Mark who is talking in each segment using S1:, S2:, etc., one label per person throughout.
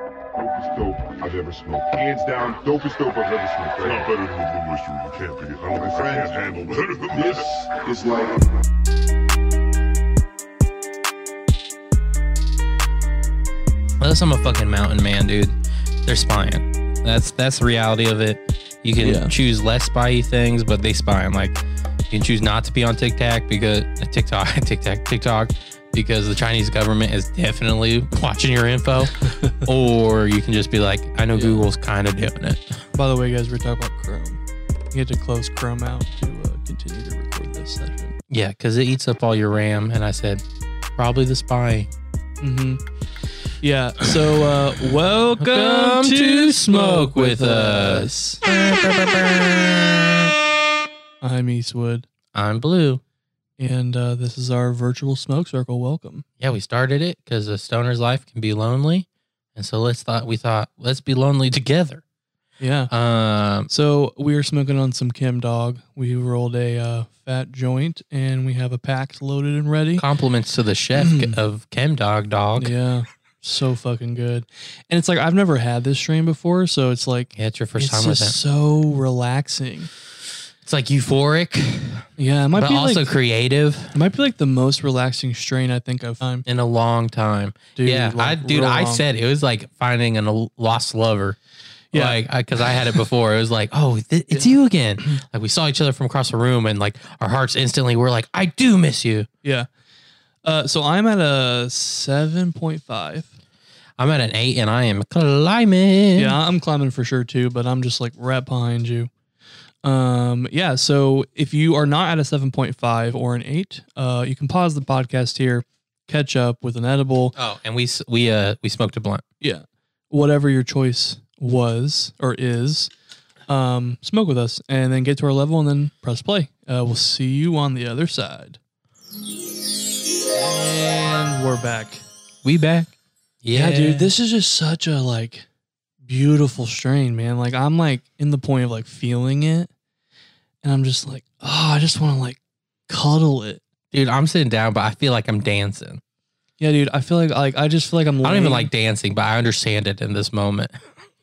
S1: dopest dope I've ever smoked. Hands down, dopest dope I've ever smoked. It's not better than Blue Oyster. You can't be. I don't think I can handle better than this. This is like.
S2: Unless I'm a fucking mountain man, dude. They're spying. That's that's the reality of it. You can
S3: Yeah.
S2: choose less spy things, but they spying. Like you can choose not to be on TikTok because uh, TikTok, TikTok, TikTok, because the Chinese government is definitely watching your info. or you can just be like, I know
S3: Yeah.
S2: Google's kind of doing it.
S3: By the way, guys, we're talking about Chrome. You had to close Chrome out to uh, continue to record this session.
S2: Yeah, because it eats up all your RAM. And I said, probably the spy.
S3: Mm-hmm. Yeah. So, uh, welcome, to Smoke with Us. I'm Eastwood,
S2: I'm blue.
S3: and uh, this is our virtual smoke circle. Welcome.
S2: Yeah, we started it because a stoner's life can be lonely, and so let's thought we thought let's be lonely together.
S3: Yeah.
S2: Um,
S3: So we are smoking on some Kim Dog. We rolled a uh, fat joint, and we have a pack loaded and ready.
S2: compliments to the chef of Chem Dog Dog. Yeah,
S3: Hmm. Yeah, so fucking good. And it's like I've never had this strain before, so it's like
S2: it's your first
S3: it's
S2: time with
S3: just
S2: it.
S3: so relaxing.
S2: It's like euphoric,
S3: Yeah, it might
S2: but
S3: be
S2: also
S3: like
S2: creative
S3: it might be like the most relaxing strain I think I've time.
S2: in a long time.
S3: Dude,
S2: yeah, I
S3: like,
S2: dude,
S3: real
S2: I
S3: long.
S2: said it was like finding an l- lost lover.
S3: Yeah.
S2: Yeah, because I, had it before. It was like, oh, th- it's you again. Like we saw each other from across the room, and like our hearts instantly were like, I do miss you.
S3: Yeah. Uh, so I'm at a seven point five.
S2: I'm at an eight, and I am climbing.
S3: Yeah, I'm climbing for sure too, but I'm just like right behind you. Um, yeah, so if you are not at a 7.5 or an 8, uh, you can pause the podcast here, catch up with an edible,
S2: Oh, and we s- we uh we smoked a blunt.
S3: yeah, whatever your choice was or is. Um, smoke with us and then get to our level and then press play. Uh, we'll see you on the other side. And we're back.
S2: We back.
S3: Yeah, dude, this is just such a like beautiful strain, man. Like I'm like in the point of like feeling it, and I'm just like, oh, I just want to like cuddle it.
S2: dude, I'm sitting down, but I feel like I'm dancing.
S3: Yeah, dude, I feel like like I just feel like I'm. Laying,
S2: I don't even like dancing, but I understand it in this moment.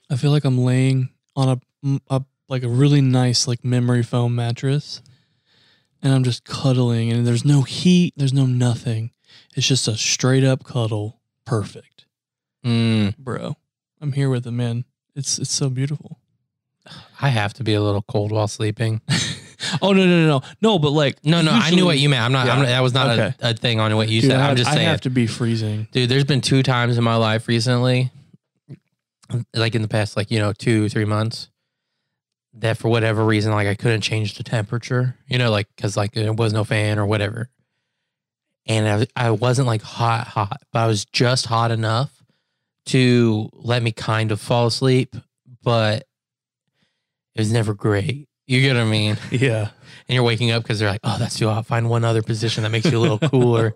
S3: I feel like I'm laying on a, a like a really nice like memory foam mattress, and I'm just cuddling, and there's no heat, there's no nothing. It's just a straight up cuddle. Perfect,
S2: Mm,
S3: bro. I'm here with the men. It's it's so beautiful.
S2: I have to be a little cold while sleeping.
S3: Oh no no no no no! But like
S2: No, no, I knew what
S3: usually-
S2: you meant. I'm not. I'm
S3: Yeah.
S2: not that was not
S3: Okay.
S2: a, a thing on what you
S3: Dude,
S2: said.
S3: I,
S2: I'm just
S3: I
S2: saying,
S3: have to be freezing.
S2: dude. There's been two times in my life recently, like in the past, like you know, two three months, that for whatever reason, like I couldn't change the temperature. You know, like because like there was no fan or whatever, and I I wasn't like hot hot, but I was just hot enough to let me kind of fall asleep, but it was never great. You get what I mean?
S3: Yeah.
S2: and you're waking up because they're like, oh, that's too hot. Find one other position that makes you a little cooler.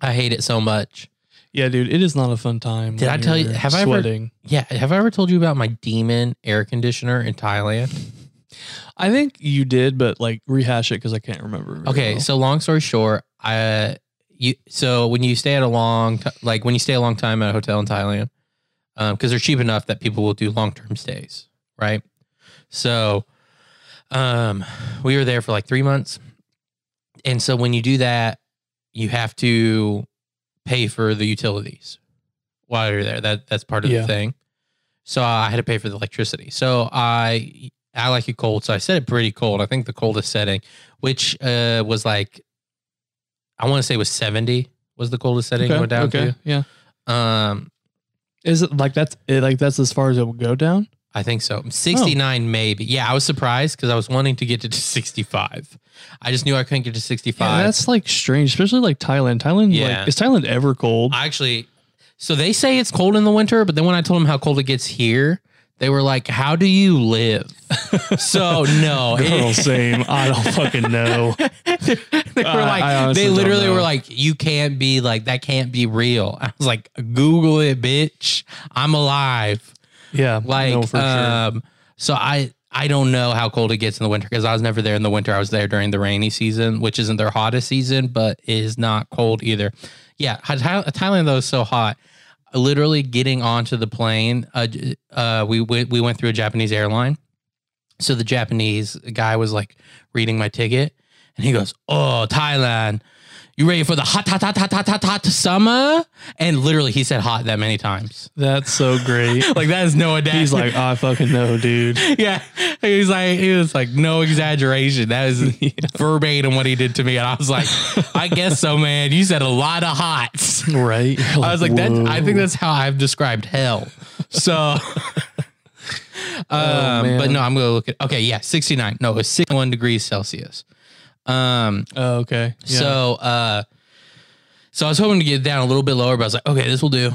S2: I hate it so much.
S3: Yeah, dude, it is not a fun time.
S2: Did
S3: when
S2: I tell you-
S3: you're
S2: have I ever-
S3: sweating.
S2: Yeah. Have I ever told you about my demon air conditioner in Thailand?
S3: I think you did, but like rehash it because I can't remember. very
S2: Okay.
S3: well.
S2: So, long story short, I, you, so when you stay at a long, t- like when you stay a long time at a hotel in Thailand, because they're cheap enough that people will do long term stays, right? So, um, we were there for like three months, and so when you do that, you have to pay for the utilities while you're there. That that's part of
S3: Yeah.
S2: the thing. So I had to pay for the electricity. So I I like it cold. So I set it pretty cold. I think the coldest setting, which uh, was like, I want to say was seventy was the coldest setting
S3: okay,
S2: it went down
S3: okay, yeah.
S2: to. Um,
S3: Is it like that's it? Like that's as far as it will go down?
S2: I think so. 69 maybe. Yeah, I was surprised because I was wanting to get to 65. I just knew I couldn't get to 65.
S3: Yeah, that's like strange, especially like Thailand. Thailand,
S2: Yeah.
S3: like, is Thailand ever cold?
S2: I actually, so they say it's cold in the winter, but then when I told them how cold it gets here, they were like, "How do you live?" so no,
S3: Girl, same. I don't fucking know.
S2: they were
S3: I-
S2: like,
S3: I honestly
S2: they
S3: don't
S2: literally
S3: know.
S2: were like, "You can't be like that. Can't be real." I was like, "Google it, bitch. I'm alive."
S3: Yeah,
S2: Like,
S3: no, for
S2: um, so I I don't know how cold it gets in the winter because I was never there in the winter. I was there during the rainy season, which isn't their hottest season, but is not cold either. Yeah, Tha- Thailand though is so hot. literally getting onto the plane, uh, j- uh, we, we we went through a Japanese airline. So the Japanese guy was like reading my ticket, and he goes, "Oh, Thailand, you ready for the hot hot hot hot hot hot hot summer?" And literally, he said "hot" that many times.
S3: That's so great.
S2: Like that is no adapt.
S3: He's like, I fucking know, dude.
S2: yeah, he was like, he was like, no exaggeration. That is verbatim what he did to me, and I was like, I guess so, man. You said a lot of hots.
S3: Right? You're
S2: I was like, that. I think
S3: whoa.
S2: that's how I've described hell. So, um,
S3: man.
S2: but no, I'm gonna look at. Okay, yeah, 69. No, it's 61 degrees Celsius. Um,
S3: Oh, okay. Yeah.
S2: so, uh, so I was hoping to get down a little bit lower, but I was like, okay, this will do.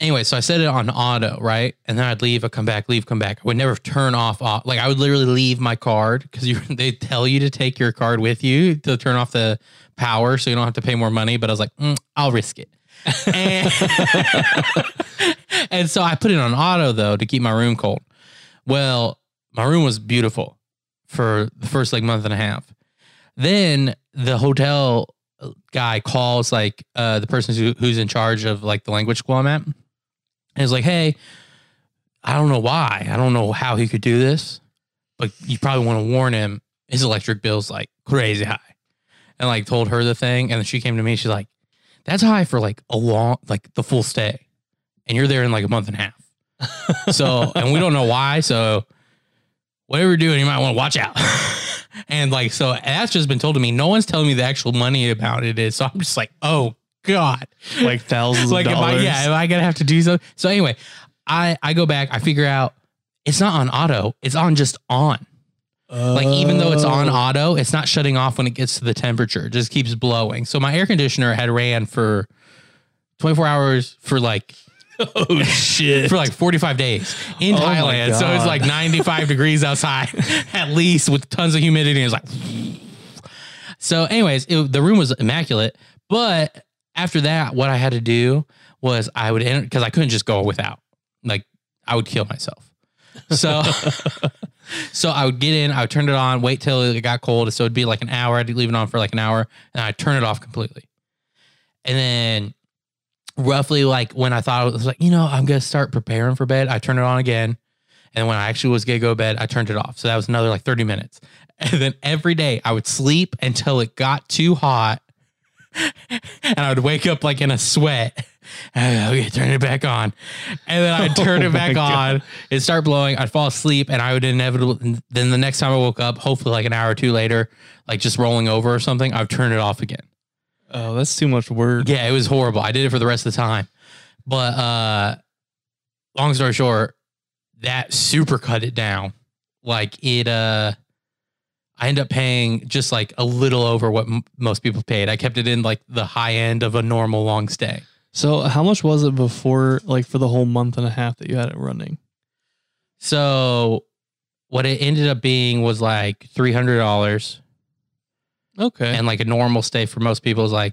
S2: Anyway, so I set it on auto, right? And then I'd leave, I'd come back, leave, come back. I would never turn off, off. like I would literally leave my card because you they tell you to take your card with you to turn off the power so you don't have to pay more money. But I was like, mm, I'll risk it. And, and so I put it on auto though to keep my room cold. Well, my room was beautiful for the first like month and a half then the hotel guy calls like uh, the person who, who's in charge of like the language school I'm at, and is like, "Hey, I don't know why, I don't know how he could do this, but you probably want to warn him. His electric bill's like crazy high." And like told her the thing, and then she came to me. She's like, "That's high for like a long, like the full stay, and you're there in like a month and a half. So, and we don't know why. So, whatever you're doing, you might want to watch out." And like, so that's just been told to me. No one's telling me the actual money amount it is. So I'm just like, oh God.
S3: like thousands
S2: like,
S3: of
S2: am I,
S3: dollars.
S2: yeah, am I going to have to do so? So anyway, I, I go back, I figure out it's not on auto, it's on just on. Like, even though it's on auto, it's not shutting off when it gets to the temperature, it just keeps blowing. So my air conditioner had ran for 24 hours for like
S3: oh shit.
S2: for like 45 days in
S3: Oh my
S2: Thailand. So it's
S3: God.
S2: like 95 degrees outside at least with tons of humidity. It's like, so anyways, it, the room was immaculate. But after that, what I had to do was I would enter because I couldn't just go without, like I would kill myself. So, so I would get in, I would turn it on, wait till it got cold. So it'd be like an hour. I'd leave it on for like an hour and I'd turn it off completely. And then roughly like when I thought it was like, you know, I'm gonna start preparing for bed, I turned it on again. And when I actually was gonna go to bed, I turned it off. So that was another like 30 minutes. And then every day I would sleep until it got too hot. and I would wake up like in a sweat. And I'd, okay, turn it back on. And then I'd turn
S3: Oh
S2: it back
S3: my God.
S2: on. It'd start blowing. I'd fall asleep and I would inevitably then the next time I woke up, hopefully like an hour or two later, like just rolling over or something, I'd turn it off again.
S3: Oh, that's too much word.
S2: Yeah, it was horrible. I did it for the rest of the time. But uh long story short, that super cut it down. Like it uh I end up paying just like a little over what m- most people paid. I kept it in like the high end of a normal long stay.
S3: So how much was it before like for the whole month and a half that you had it running?
S2: So what it ended up being was like $300
S3: Okay.
S2: and like a normal stay for most people is like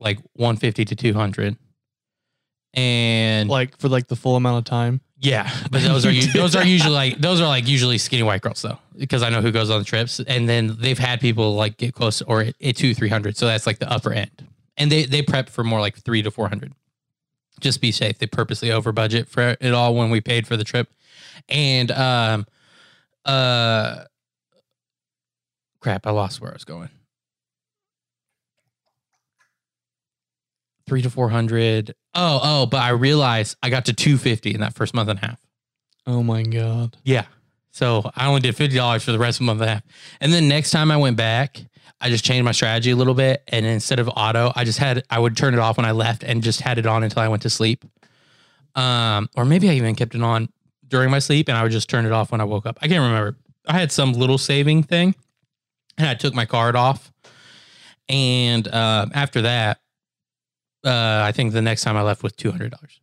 S2: like 150 to 200. And
S3: like for like the full amount of time.
S2: Yeah, but those are u- those are usually like those are like usually skinny white girls though, because I know who goes on trips, and then they've had people like get close or at at two three hundred, so that's like the upper end, and they they prep for more like three to four hundred. Just be safe. They purposely over budget for it all when we paid for the trip, and um, uh, crap, I lost where I was going. Three to four hundred. Oh, oh, but I realized I got to two fifty in that first month and a half.
S3: Oh my god.
S2: Yeah. So I only did fifty dollars for the rest of the month and a half. And then next time I went back, I just changed my strategy a little bit. And instead of auto, I just had I would turn it off when I left and just had it on until I went to sleep. Um, or maybe I even kept it on during my sleep and I would just turn it off when I woke up. I can't remember. I had some little saving thing and I took my card off. And um after that, uh, I think the next time I left with two hundred dollars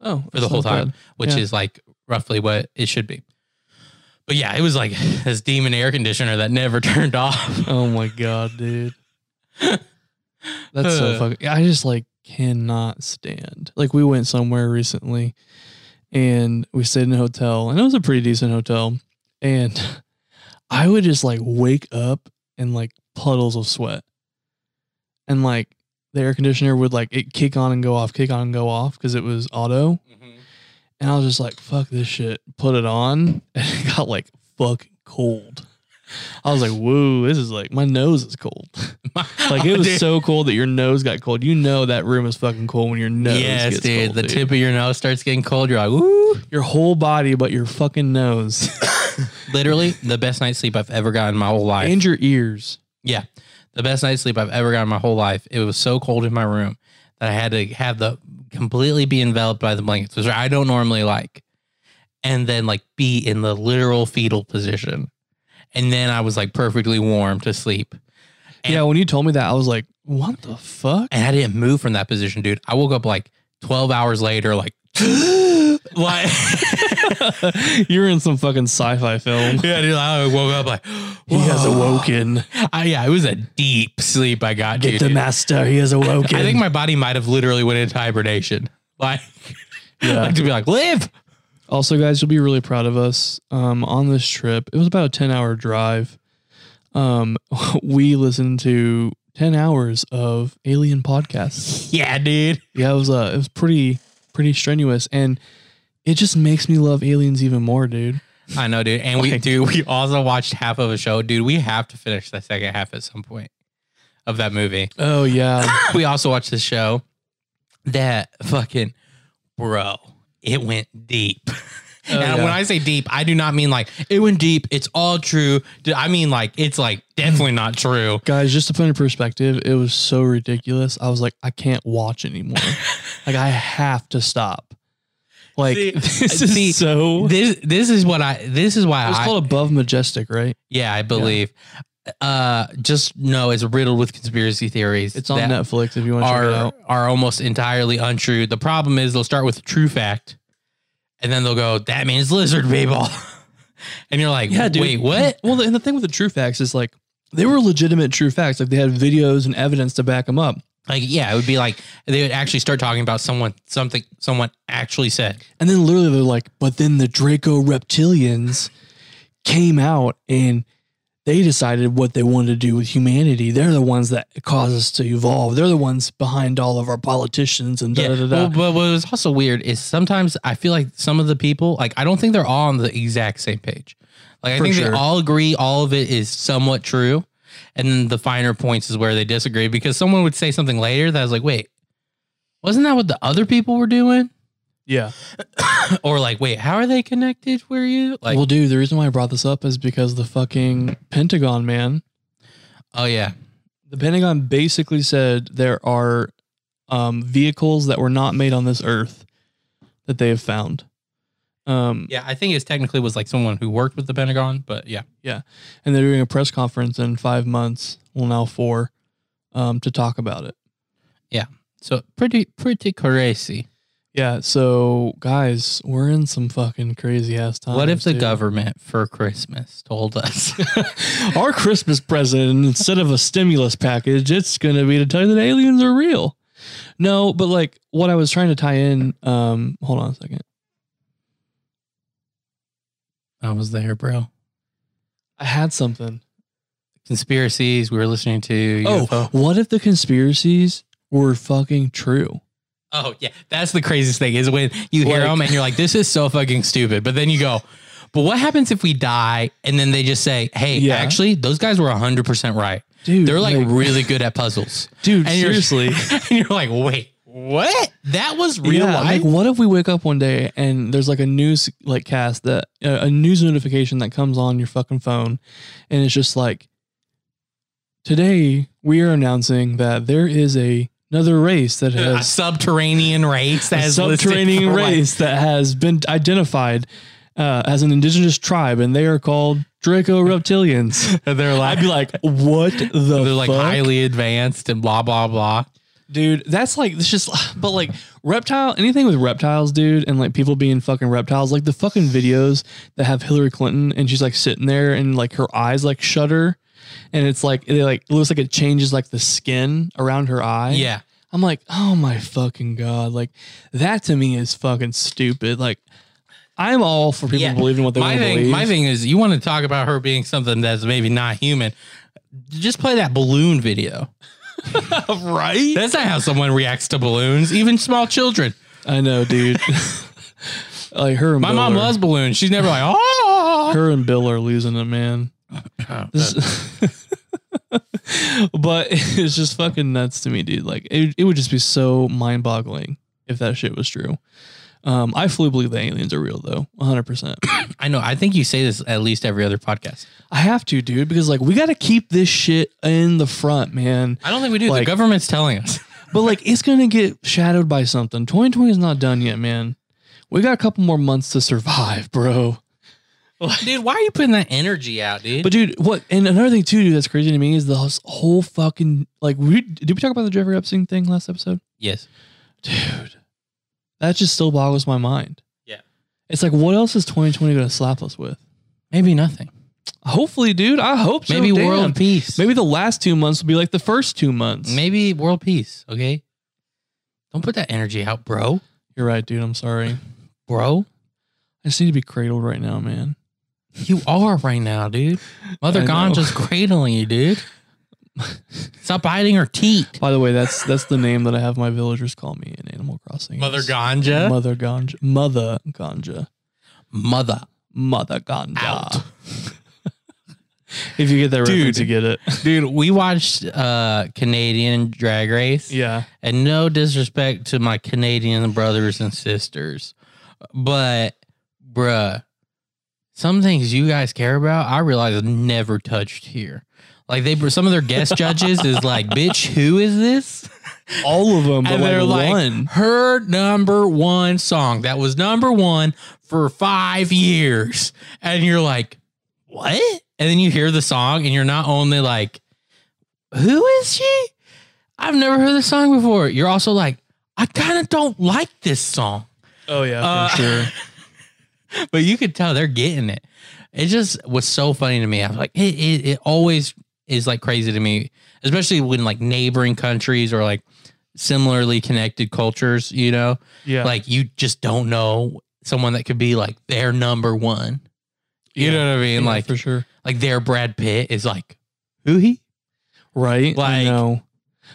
S3: Oh,
S2: for the whole time, which
S3: Yeah.
S2: is like roughly what it should be. But yeah, it was like this demon air conditioner that never turned off.
S3: Oh my god, dude. That's so fucking. I just like cannot stand. Like we went somewhere recently, and we stayed in a hotel, and it was a pretty decent hotel, and I would just like wake up in like puddles of sweat, and like the air conditioner would like it kick on and go off, kick on and go off because it was auto. And I was just like, fuck this shit. Put it on. And it got like fucking cold. I was like, whoa, this is like my nose is cold. Like it was so cold that your nose got cold. You know that room is fucking cold when your nose
S2: yes,
S3: gets
S2: dude.
S3: cold.
S2: the tip of your nose starts getting cold. You're like, ooh.
S3: your whole body, but your fucking nose
S2: Literally, the best night's sleep I've ever gotten in my whole life.
S3: and your ears.
S2: Yeah. The best night's sleep I've ever gotten in my whole life. It was so cold in my room that I had to have the completely be enveloped by the blankets, which I don't normally like. And then like be in the literal fetal position. And then I was like perfectly warm to sleep. And-
S3: yeah, when you told me that, I was like, what the fuck?
S2: And I didn't move from that position, dude. I woke up like 12 hours later, like, like
S3: You're in some fucking sci-fi film.
S2: yeah, dude, I woke up like
S3: He has
S2: whoa.
S3: awoken.
S2: I, yeah, it was a deep sleep I got.
S3: Get
S2: dude.
S3: the master. He has awoken.
S2: I think my body might have literally went into hibernation. Like,
S3: Yeah.
S2: like to be like, live.
S3: Also, guys, you'll be really proud of us. Um, on this trip, it was about a 10 hour drive. Um, we listened to 10 hours of alien podcasts.
S2: Yeah, dude.
S3: Yeah, it was uh, it was pretty pretty strenuous and it just makes me love aliens even more, dude.
S2: I know, dude. And we
S3: Like-
S2: do. We also watched half of a show, dude. We have to finish the second half at some point of that movie.
S3: Oh yeah.
S2: We also watched this show that fucking bro. It went deep. and
S3: Oh, yeah.
S2: when I say deep, I do not mean like it went deep. It's all true. Dude, I mean like it's like definitely not true.
S3: Guys, just to put in perspective, it was so ridiculous. I was like, I can't watch anymore. like I have to stop. Like
S2: See,
S3: this is
S2: see,
S3: so it
S2: This this is what I this is why
S3: was
S2: I
S3: called above majestic, right?
S2: Yeah, I believe. Uh, just no, it's riddled with conspiracy theories.
S3: It's on
S2: that
S3: Netflix if you want to check it
S2: Are
S3: out.
S2: are almost entirely untrue. The problem is they'll start with a true fact, and then they'll go, "That means lizard people," and you're like,
S3: Yeah, dude.
S2: wait, what?"
S3: Well, the, and the thing with the true facts is like they were legitimate true facts. Like they had videos and evidence to back them up.
S2: Like, yeah, it would be like they would actually start talking about someone, something someone actually said.
S3: And then literally they're like, but then the Draco reptilians came out and they decided what they wanted to do with humanity. They're the ones that cause us to evolve. They're the ones behind all of our politicians and da
S2: Yeah,
S3: da da.
S2: well,
S3: da.
S2: but what was also weird is sometimes I feel like some of the people, like I don't think they're all on the exact same page. Like I
S3: For
S2: think they
S3: sure.
S2: all agree all of it is somewhat true, and then the finer points is where they disagree because someone would say something later that was like, "Wait, wasn't that what the other people were doing?"
S3: yeah.
S2: Or like, "Wait, how are they connected? Were you like?"
S3: well, dude, the reason why I brought this up is because the fucking Pentagon, man.
S2: oh yeah,
S3: The Pentagon basically said there are um, vehicles that were not made on this earth that they have found. Um,
S2: yeah. I think it's technically was like someone who worked with the Pentagon, but yeah,
S3: And they're doing a press conference in five months, well, now four, um, to talk about it.
S2: so pretty pretty crazy.
S3: Yeah. So, guys, we're in some fucking crazy ass times.
S2: what if the
S3: dude.
S2: government for Christmas told us?
S3: Our Christmas present, instead of a stimulus package, it's going to be to tell you that aliens are real. No, but like what I was trying to tie in, um, hold on a second.
S2: I was there, bro.
S3: I had something.
S2: conspiracies we were listening to.
S3: Oh, what if the conspiracies were fucking true?
S2: oh, yeah. That's the craziest thing is when you hear
S3: Like-
S2: them and you're like, this is so fucking stupid. But then you go, but what happens if we die? And then they just say, hey,
S3: Yeah.
S2: actually, those guys were 100% right.
S3: Dude,
S2: They're like really good at puzzles.
S3: dude,
S2: And you're-
S3: seriously.
S2: and you're like, wait, what? That was real
S3: yeah,
S2: life?
S3: Like, what if we wake up one day and there's like a news like cast that uh, a news notification that comes on your fucking phone, and it's just like, today we are announcing that there is a another race that
S2: a
S3: has
S2: subterranean race
S3: a
S2: that is listed
S3: subterranean
S2: for, like-
S3: race that has been identified uh, as an indigenous tribe, and they are called Draco reptilians.
S2: And they're
S3: I'd
S2: like,
S3: be like, what the?
S2: they're like
S3: fuck?
S2: highly advanced and blah, blah, blah.
S3: Dude, that's like it's just but like reptile anything with reptiles, dude, and like people being fucking reptiles, like the fucking videos that have Hillary Clinton and she's like sitting there and like her eyes like shudder and it's like it like it looks like it changes like the skin around her eye.
S2: Yeah.
S3: I'm like, oh my fucking god. Like that to me is fucking stupid. Like I'm all for people
S2: Yeah.
S3: believing what they
S2: my
S3: want to
S2: thing,
S3: believe.
S2: my thing is, you want to talk about her being something that's maybe not human. Just play that balloon video.
S3: right?
S2: That's not how someone reacts to balloons, even small children.
S3: I know, dude. like her and
S2: My
S3: Bill
S2: mom
S3: are-
S2: loves balloons. She's never like, oh.
S3: her and Bill are losing it, man.
S2: Uh,
S3: This- but it's just fucking nuts to me, dude. Like it, it would just be so mind boggling if that shit was true. Um, I fully believe the aliens are real though, 100%.
S2: I know. I think you say this at least every other podcast.
S3: I have to, dude, because like we got to keep this shit in the front, man.
S2: I don't think we do.
S3: Like-
S2: the government's telling us.
S3: But like it's going to get shadowed by something. 2020 is not done yet, man. We got a couple more months to survive, bro.
S2: dude, why are you putting that energy out, dude?
S3: But dude, what? And another thing too, dude, that's crazy to me is the whole fucking like. We, did we talk about the Jeffrey Epstein thing last episode?
S2: yes.
S3: Dude, that just still boggles my mind.
S2: Yeah.
S3: it's like what else is 2020 going to slap us with?
S2: Maybe nothing.
S3: Hopefully, dude. I hope so.
S2: Maybe
S3: damn.
S2: world peace.
S3: Maybe the last two months will be like the first two months.
S2: Maybe world peace. Okay. Don't put that energy out, bro.
S3: You're right, dude. I'm sorry. I
S2: Bro,
S3: just need to be cradled right now, man.
S2: you are right now, dude. Mother
S3: I know.
S2: Ganja's cradling you, dude. Stop biting her teat.
S3: By the way, that's that's the name that I have my villagers call me in Animal Crossing. It's
S2: Ganja.
S3: Mother Ganja. Mother Ganja.
S2: Mother.
S3: Mother Ganja.
S2: Out.
S3: if you get that reference,
S2: Dude.
S3: you get it.
S2: Dude, we watched uh Canadian Drag Race.
S3: Yeah.
S2: And no disrespect to my Canadian brothers and sisters, but bruh, some things you guys care about, I realize never touched here. Like they, some of their guest judges is like, "Bitch, who is this?"
S3: All of them, but
S2: And
S3: like,
S2: they're like,
S3: one.
S2: Her number one song that was number one for five years, and you're like, "What?" And then you hear the song, and you're not only like, "Who is she?" I've never heard this song before. You're also like, "I kind of don't like this song."
S3: Oh yeah,
S2: Uh,
S3: for sure.
S2: but you could tell they're getting it. It just was so funny to me. I was like, it, it, it always is like crazy to me, especially when like neighboring countries or like similarly connected cultures, you know,
S3: Yeah.
S2: like you just don't know someone that could be like their number one. You
S3: Yeah.
S2: know what I mean?
S3: Yeah,
S2: like,
S3: for sure.
S2: like their Brad Pitt is like, who he?
S3: Right? I
S2: Like-
S3: know.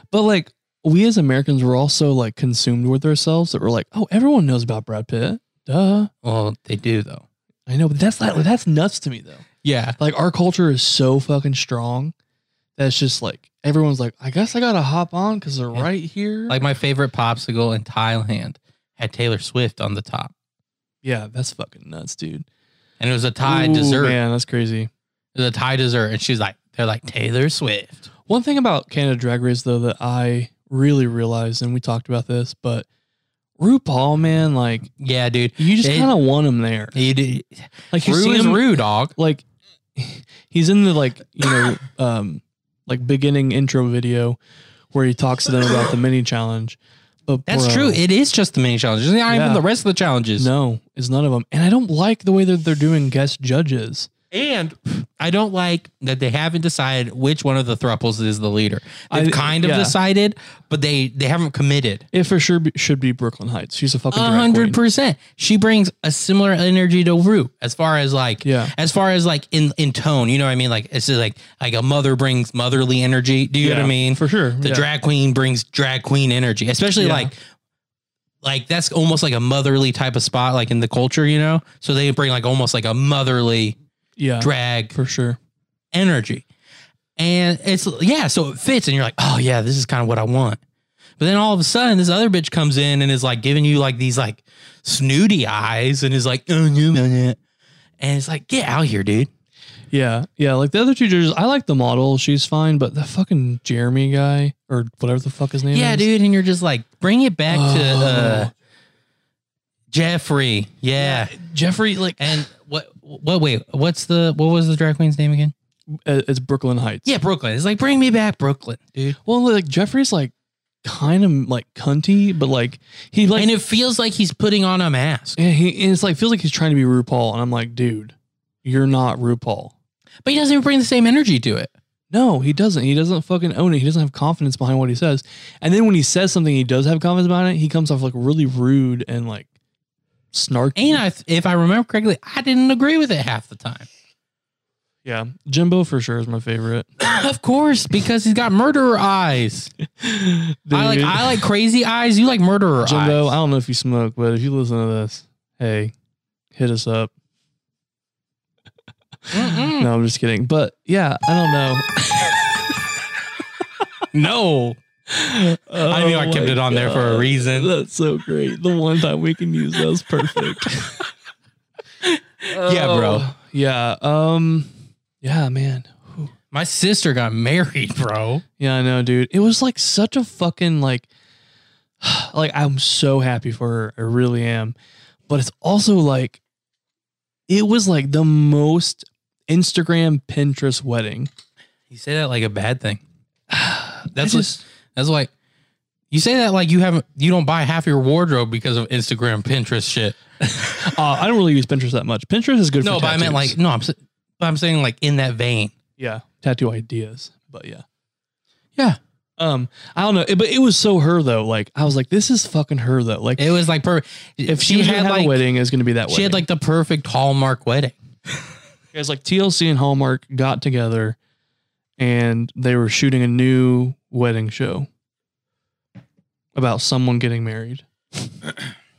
S3: But like we as Americans were also like consumed with ourselves that we're like, oh, everyone knows about Brad Pitt. Duh.
S2: Well, they do though.
S3: I know, but that's not, that's nuts to me though.
S2: Yeah.
S3: Like our culture is so fucking strong that's just like everyone's like, I guess I gotta hop on because they're
S2: Yeah.
S3: right here.
S2: Like my favorite popsicle in Thailand had Taylor Swift on the top,
S3: yeah, that's fucking nuts, dude.
S2: and it was a Thai
S3: Ooh,
S2: dessert.
S3: Man, that's crazy.
S2: the Thai dessert, and she's like, they're like Taylor Swift.
S3: One thing about Canada Drag Race though that I really realized, and we talked about this, but RuPaul, man, like
S2: Yeah, dude.
S3: you just
S2: They-
S3: kind of want him there.
S2: He did.
S3: Like you
S2: Rue
S3: see
S2: is
S3: him,
S2: Rue, dog.
S3: like he's in the like you know um like beginning intro video where he talks to them about the mini challenge. But
S2: That's
S3: bro,
S2: true. It is just the main challenge. It's not
S3: Yeah.
S2: even the rest of the challenges.
S3: No, it's none of them. And I don't like the way that they're doing guest judges.
S2: And I don't like that they haven't decided which one of the thruples is the leader. They've
S3: I-
S2: kind of
S3: yeah.
S2: decided, but they they haven't committed.
S3: It for sure be, should be Brooklyn Heights. She's a fucking
S2: A
S3: drag
S2: hundred
S3: queen.
S2: percent. She brings a similar energy to Rue as far as like
S3: Yeah.
S2: as far as like in in tone. You know what I mean? Like it's just like like a mother brings motherly energy. Do you know what I
S3: Yeah,
S2: mean?
S3: For sure.
S2: the
S3: yeah.
S2: drag queen brings drag queen energy, especially
S3: Yeah.
S2: like like that's almost like a motherly type of spot, like in the culture, you know. So they bring like almost like a motherly
S3: yeah,
S2: drag
S3: for sure.
S2: energy, and it's yeah, so it fits, and you're like, oh yeah, this is kind of what I want. But then all of a sudden, this other bitch comes in and is like giving you like these like snooty eyes, and is like, oh no, no, no. and it's like, get out here, dude.
S3: Yeah, yeah. Like the other two judges, I like the model. She's fine, but the fucking Jeremy guy or whatever the fuck his name
S2: Yeah,
S3: is.
S2: dude, and you're just like, bring it back to uh, Jeffrey. Yeah.
S3: Jeffrey, like
S2: And what what wait, what's the what was the drag queen's name again?
S3: uh, it's Brooklyn Heights.
S2: Yeah, Brooklyn. It's like bring me back Brooklyn, dude.
S3: Well, like Jeffrey's like kind of like cunty, but like he like
S2: and it feels like he's putting on a mask.
S3: yeah, he and it's like feels like he's trying to be RuPaul, and I'm like, dude, you're not RuPaul.
S2: But he doesn't even bring the same energy to it.
S3: No, he doesn't. He doesn't fucking own it. He doesn't have confidence behind what he says. And then when he says something, he does have confidence behind it. He comes off like really rude and like snarky.
S2: And I if I remember correctly, I didn't agree with it half the time.
S3: Yeah, Jimbo for sure is my favorite.
S2: of course, because he's got murderer eyes.
S3: I
S2: I like I like crazy eyes. You like murderer
S3: Jimbo. I
S2: eyes.
S3: don't know if you smoke, but if you listen to this, hey, hit us up.
S2: Mm-mm.
S3: No, I'm just kidding. But yeah, I don't know.
S2: no, I knew I
S3: Oh
S2: kept
S3: my
S2: it on there for a
S3: God.
S2: reason.
S3: That's so great. The one time we can use that was perfect.
S2: Yeah, bro.
S3: Yeah. Um. Yeah, man. Whew.
S2: My sister got married, bro.
S3: Yeah, I know, dude. It was like such a fucking like, like I'm so happy for her. I really am. But it's also like, it was like the most Instagram Pinterest wedding.
S2: You say that like a bad thing. That's
S3: I
S2: what, that's like you say that like you haven't you don't buy half your wardrobe because of Instagram, Pinterest shit.
S3: Uh, I don't really use Pinterest that much. Pinterest is good.
S2: no,
S3: for
S2: but I meant
S3: tattoos.
S2: like no, I'm s- but I'm saying like in that vein.
S3: yeah, tattoo ideas. But yeah,
S2: Yeah.
S3: Um, I don't know, It- but it was so her though. Like I was like, this is fucking her though. Like
S2: It was like perfect.
S3: if she, had like, a wedding, is gonna be that.
S2: she had
S3: wedding.
S2: like the perfect hallmark wedding.
S3: It's like TLC and Hallmark got together and they were shooting a new wedding show about someone getting married.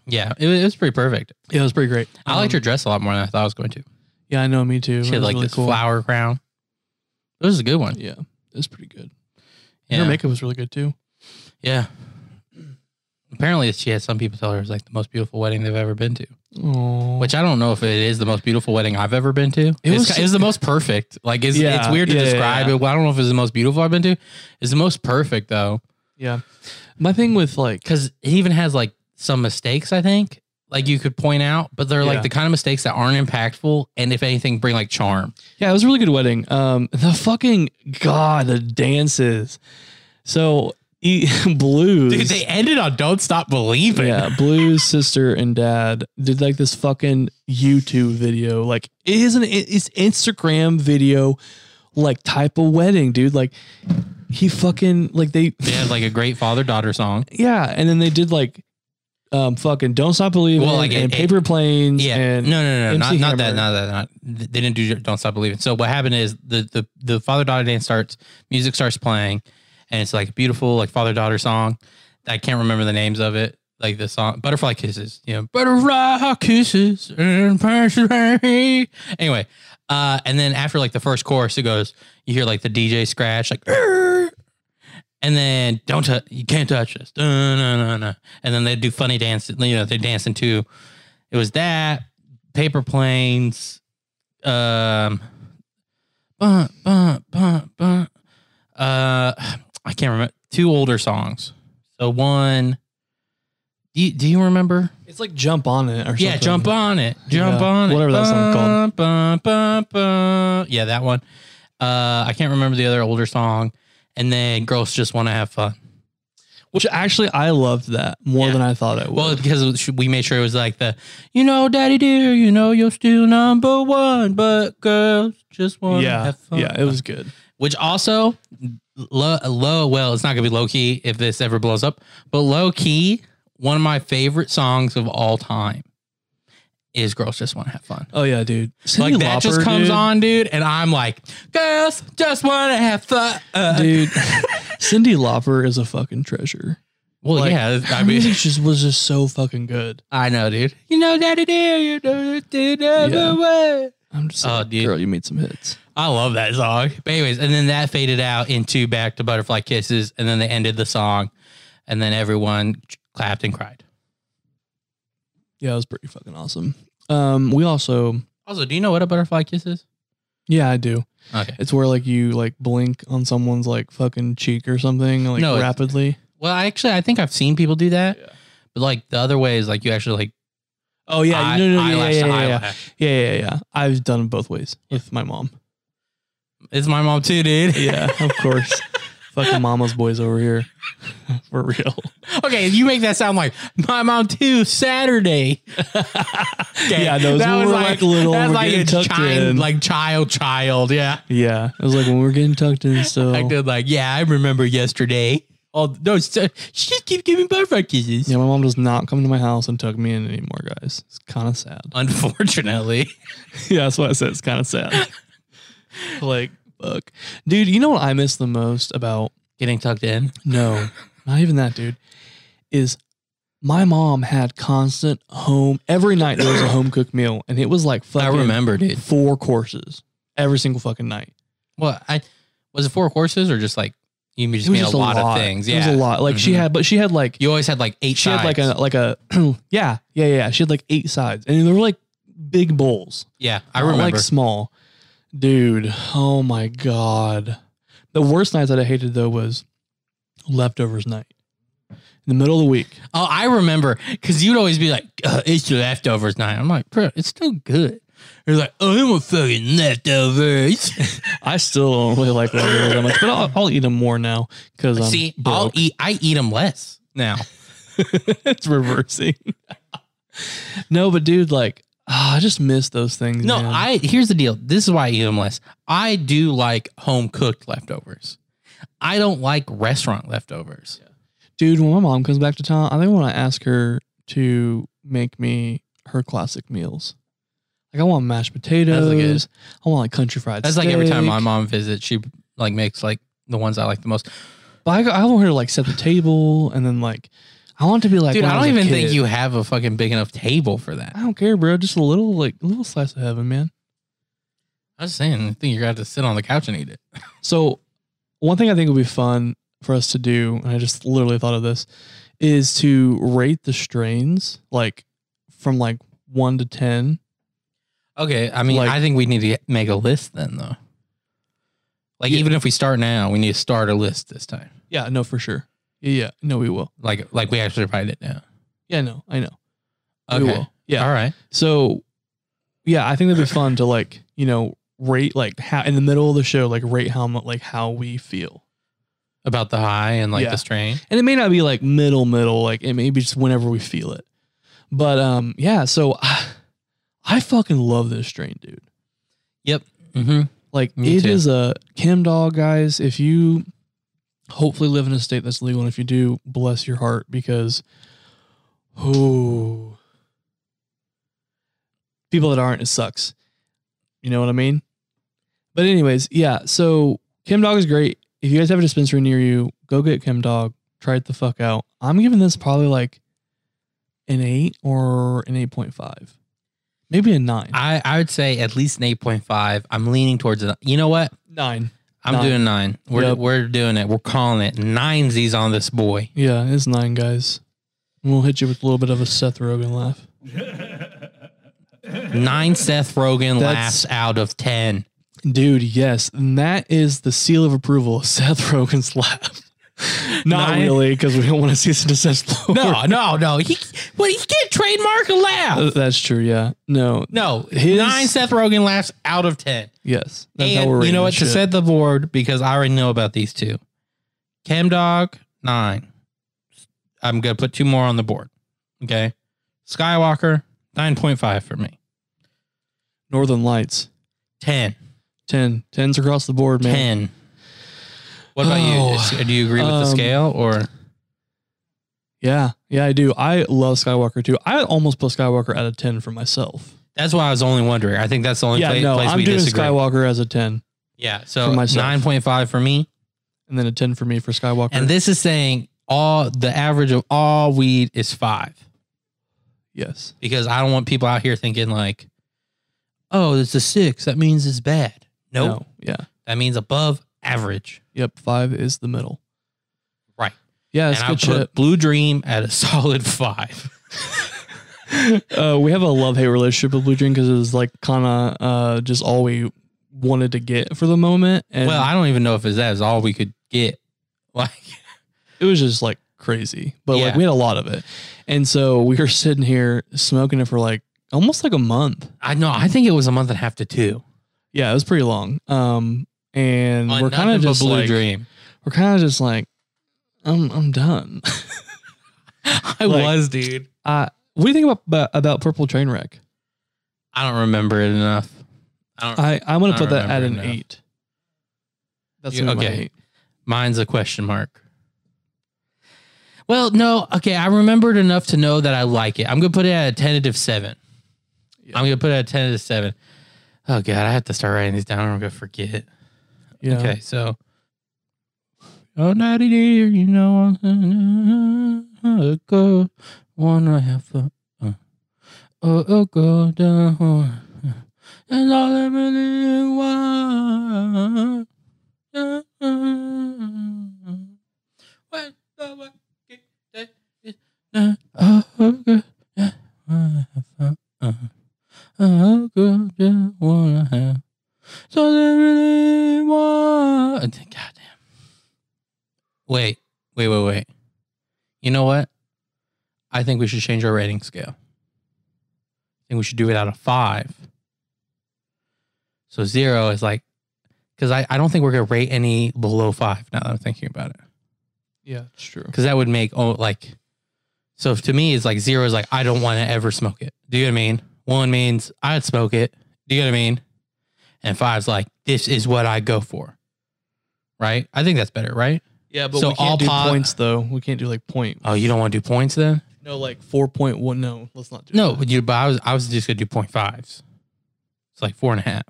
S2: Yeah, it, was- it was pretty perfect.
S3: Yeah, it was pretty great.
S2: I liked
S3: Um,
S2: her dress a lot more than I thought I was going to.
S3: Yeah, I know, me too.
S2: She
S3: It
S2: had
S3: was
S2: like
S3: really
S2: this flower crown. It was a good one.
S3: Yeah, it was pretty good. And
S2: Yeah.
S3: Her makeup was really good too.
S2: yeah. Apparently, she had some people tell her it was like the most beautiful wedding they've ever been to.
S3: Oh,
S2: which I don't know if it is the most beautiful wedding I've ever been to. It was,
S3: was-
S2: it's, it's the most perfect. Like it's,
S3: Yeah,
S2: it's weird to
S3: yeah, yeah,
S2: describe
S3: yeah.
S2: it. I don't know if it's the most beautiful I've been to. It's the most perfect though,
S3: yeah. My thing with like,
S2: because it even has like some mistakes. I think like you could point out, but they're
S3: Yeah.
S2: like the kind of mistakes that aren't impactful, and if anything, bring like charm.
S3: yeah, it was a really good wedding. Um, the fucking god, the dances. So, e- blues.
S2: Dude, they ended on "Don't Stop Believing."
S3: Yeah, Blue's sister and dad did like this fucking YouTube video. Like it is an it's Instagram video, like type of wedding, dude. Like he fucking like they
S2: They had like a great father daughter song.
S3: yeah, and then they did like um fucking don't stop believing
S2: Well, like,
S3: and
S2: it-
S3: paper planes
S2: Yeah,
S3: and
S2: no, no, no, not,
S3: MC
S2: not that,
S3: Hammer.
S2: not that, not. They didn't do "Don't Stop Believing." So what happened is the the the father daughter dance starts, music starts playing, and it's like a beautiful like father daughter song. I can't remember the names of it, like the song "Butterfly Kisses," you know, "Butterfly Kisses." and precious rain." Anyway, uh, and then after like the first chorus, it goes. You hear like the DJ scratch, like. "Arr!" And then don't touch, you can't touch this. No, no, no, no. And then they do funny dance, you know, they dance into it was that paper planes um bun, bun, bun, bun. uh i can't remember two older songs so one do you, do you remember
S3: it's like jump on it or
S2: yeah
S3: something.
S2: jump on it jump
S3: Yeah,
S2: on
S3: whatever
S2: it.
S3: that song's called.
S2: Bun, bun, bun. yeah that one uh i can't remember the other older song and then girls just want to have fun
S3: Which actually I loved that more
S2: Yeah.
S3: than I thought it would.
S2: Well, because it was- we made sure it was like the, you know, daddy dear, you know, you're still number one, but girls just want to
S3: yeah,
S2: have fun.
S3: yeah, it was good.
S2: Which also, low, low, well, it's not going to be low key if this ever blows up, but low key, one of my favorite songs of all time is Girls Just Want to Have Fun.
S3: Oh yeah, dude. Cyndi
S2: like that just
S3: Lauper,
S2: comes
S3: dude.
S2: on, dude, and I'm like, girls just want to have fun.
S3: dude. Cindy Lauper is a fucking treasure.
S2: well,
S3: like,
S2: yeah, I
S3: Her
S2: mean,
S3: music just was just so fucking good.
S2: I know, dude. You know, daddy dear, you know, you're number
S3: Yeah.
S2: one.
S3: I'm just
S2: Oh,
S3: like,
S2: dude.
S3: girl, you made some hits.
S2: I love that song. But anyways, and then that faded out into back to Butterfly Kisses, and then they ended the song, and then everyone clapped and cried.
S3: Yeah, it was pretty fucking awesome. Um, we also,
S2: Also, do you know what a butterfly kiss is?
S3: yeah, I do.
S2: Okay.
S3: It's where like you like blink on someone's like fucking cheek or something like
S2: No, it's-
S3: rapidly.
S2: Well, I actually, I think I've seen people do that,
S3: Yeah.
S2: but like the other way is like you actually like
S3: Oh yeah,
S2: eye-
S3: no, no, yeah,
S2: eyelash
S3: yeah,
S2: to
S3: yeah, yeah,
S2: eyelash.
S3: yeah, yeah, yeah. I've done it both ways with my mom.
S2: It's my mom too, dude.
S3: Yeah, of course. fucking mama's boys over here, for real.
S2: okay, you make that sound like my mom too. Saturday. Okay,
S3: Yeah, those when we're, like, little,
S2: That's
S3: we're
S2: like
S3: getting
S2: a
S3: tucked
S2: child,
S3: in.
S2: like child, child. Yeah.
S3: Yeah, it was like when we were getting tucked in still.
S2: I did like, yeah, I remember yesterday. Oh no, so- she just keeps giving butterfly kisses.
S3: Yeah, my mom does not come to my house and tuck me in anymore, guys. It's kind of sad.
S2: Unfortunately,
S3: yeah, that's why I said it's kind of sad. like, fuck. Dude, you know what I miss the most about
S2: Getting tucked in.
S3: No, not even that, dude. Is my mom had constant home every night there was a home cooked meal and it was like
S2: I
S3: fucking
S2: remember, dude.
S3: four courses every single fucking night.
S2: Well, I was it four courses or just like you just
S3: it was
S2: made
S3: just
S2: a lot, of things. Yeah,
S3: It was a lot. Like she
S2: Mhm.
S3: had but she had like
S2: You always had like eight.
S3: she had like
S2: sides.
S3: a like a yeah, yeah, yeah. She had like eight sides and they were like big bowls.
S2: yeah. I
S3: not,
S2: remember.
S3: like small. Dude, oh my god. The worst nights that I hated though was leftovers night. In the middle of the week.
S2: oh, I remember because you'd always be like, uh, "It's your leftovers night." I'm like, "Bro, it's still good." You're like, "Oh, I'm a fucking leftovers."
S3: I still don't really like leftovers that much, but I'll, I'll eat them more now because I'm
S2: See, I'll
S3: broke.
S2: eat. I eat them less now.
S3: it's reversing. no, but dude, like ah, I just miss those things.
S2: No,
S3: man.
S2: I here's the deal. This is why I eat them less. I do like home cooked leftovers. I don't like restaurant leftovers.
S3: dude. When my mom comes back to town, I think I want to ask her to make me her classic meals. Like I want mashed potatoes. I want like country fried.
S2: That's like every time my
S3: steak.
S2: mom visits, she like makes like the ones I like the most.
S3: But I, I want her to like set the table and then like I want it to be like.
S2: Dude,
S3: when
S2: I don't
S3: was a
S2: even think
S3: kid.
S2: you have a fucking big enough table for that.
S3: I don't care, bro. Just a little like a little slice of heaven, man.
S2: I was just saying, I think you're gonna have to sit on the couch and eat it.
S3: So, one thing I think would be fun for us to do, and I just literally thought of this, is to rate the strains like from like one to ten.
S2: Okay, I mean,
S3: Like-
S2: I think we need to get- make a list then, though. Like, even if we start now, we need to start a list this time.
S3: Yeah, no, for sure. Yeah, yeah. no, we will.
S2: Like, like we actually write it down.
S3: Yeah, no, I know.
S2: Okay.
S3: We will. Yeah.
S2: All right.
S3: So, yeah, I think that'd be fun to like you know rate like how in the middle of the show like rate how much like how we feel,
S2: About the high and like
S3: Yeah.
S2: the strain.
S3: and it may not be like middle middle like it may be just whenever we feel it, but um yeah. So, I fucking love this strain, dude.
S2: Yep. Mm-hmm.
S3: Like it
S2: Me
S3: is
S2: too.
S3: a chem dog, guys. If you hopefully live in a state that's legal, and if you do, bless your heart because oh, people that aren't, it sucks. You know what I mean? But anyways, yeah. So chem dog is great. If you guys have a dispensary near you, go get chem dog. Try it the fuck out. I'm giving this probably like an eight or an eight point five, maybe a nine.
S2: I, I would say at least an 8.5. I'm leaning towards it. You know what?
S3: nine.
S2: I'm
S3: Nine.
S2: doing nine. We're,
S3: Yep.
S2: we're doing it. We're calling it ninesies on this boy.
S3: Yeah, it's nine guys. And We'll hit you with a little bit of a Seth Rogen laugh.
S2: Nine Seth Rogen
S3: That's-
S2: laughs out of 10.
S3: Dude, yes. And that is the seal of approval, Seth Rogen's laugh. Not
S2: Nine-
S3: really, because we don't want to see and desist.
S2: No, no, no. He, what, he can't trademark a laugh.
S3: Uh, That's true, yeah. No,
S2: No,
S3: His-
S2: nine Seth Rogen laughs out of ten.
S3: yes. That's how we're
S2: And you
S3: rating
S2: know what?
S3: this
S2: To
S3: shit.
S2: set the board, because I already know about these two. Cam Dog nine. I'm gonna put two more on the board. Okay, Skywalker nine point five for me.
S3: Northern Lights,
S2: 10.
S3: 10. 10s across the board, man.
S2: 10. What about
S3: Oh.
S2: you? Is- Do you agree with the
S3: Um,
S2: scale or
S3: Yeah, yeah, I do. I love Skywalker too. I almost put Skywalker at a 10 for myself.
S2: that's why I was only wondering. I think that's the only
S3: yeah,
S2: pla-
S3: no,
S2: place
S3: I'm
S2: we
S3: doing
S2: disagree.
S3: Skywalker as a 10,
S2: yeah,
S3: for
S2: so
S3: myself.
S2: nine point five for me.
S3: and then a 10 for me for Skywalker.
S2: And this is saying all the average of all weed is five.
S3: yes.
S2: because I don't want people out here thinking like, oh, it's a six. That means it's bad. Nope.
S3: No, yeah.
S2: That means above average.
S3: Yep, five is the middle.
S2: Right.
S3: Yeah, that's
S2: and I
S3: good
S2: put
S3: shit.
S2: Blue Dream at a solid five.
S3: uh, we have a love hate relationship with Blue Dream because it was like kind of uh, just all we wanted to get for the moment, and
S2: well, I don't even know if it's that is all we could get. Like,
S3: it was just like crazy. But like
S2: Yeah.
S3: we had a lot of it, and so we were sitting here smoking it for like almost like a month.
S2: I know. I think it was a month and a half to two.
S3: Yeah, it was pretty long. Um, and
S2: On
S3: we're kind
S2: nothing
S3: of
S2: but
S3: just
S2: Blue
S3: like
S2: Dream.
S3: we're kind of just like I'm I'm done.
S2: I
S3: like-
S2: was, dude.
S3: uh, what do you think about- about about Purple Trainwreck?
S2: I don't remember it enough. I don't.
S3: I I'm gonna
S2: I
S3: put that at an
S2: remember now.
S3: eight. That's
S2: You-
S3: gonna be my
S2: okay.
S3: eight.
S2: Mine's a question mark. Well, no, okay. I remembered enough to know that I like it. I'm gonna put it at a tentative seven.
S3: Yeah.
S2: I'm gonna put it at a tentative seven. Oh god, I have to start writing these down or I'm gonna forget.
S3: Yeah.
S2: Okay, so Oh naughty dear, you know I go wanna have fun. Uh, Oh oh go down and all I really want. When the working day is done, oh, oh, go down, wanna have fun. Uh, Oh go down, wanna have so they really want. God damn. Wait, wait, wait, wait. You know what? I think we should change our rating scale. I think we should do it out of five. So zero is like, because I, I don't think we're going to rate any below five now that I'm thinking about it.
S3: Yeah, it's true.
S2: Because that would make, oh, like, so if- to me, it's like zero is like, I don't want to ever smoke it. Do you know what I mean? One means I'd smoke it. Do you know what I mean? And five's like, this is what I go for. Right? I think that's better, right?
S3: Yeah,
S2: but
S3: but
S2: So
S3: we
S2: we
S3: can't
S2: can't all
S3: do
S2: do po-
S3: points
S2: points,
S3: though. We can't do like point.
S2: Oh, you don't want to do points then?
S3: No, like four point one. No, let's not do.
S2: No,
S3: that.
S2: but you, but I was, I was just going to do point fives. It's like four and a half.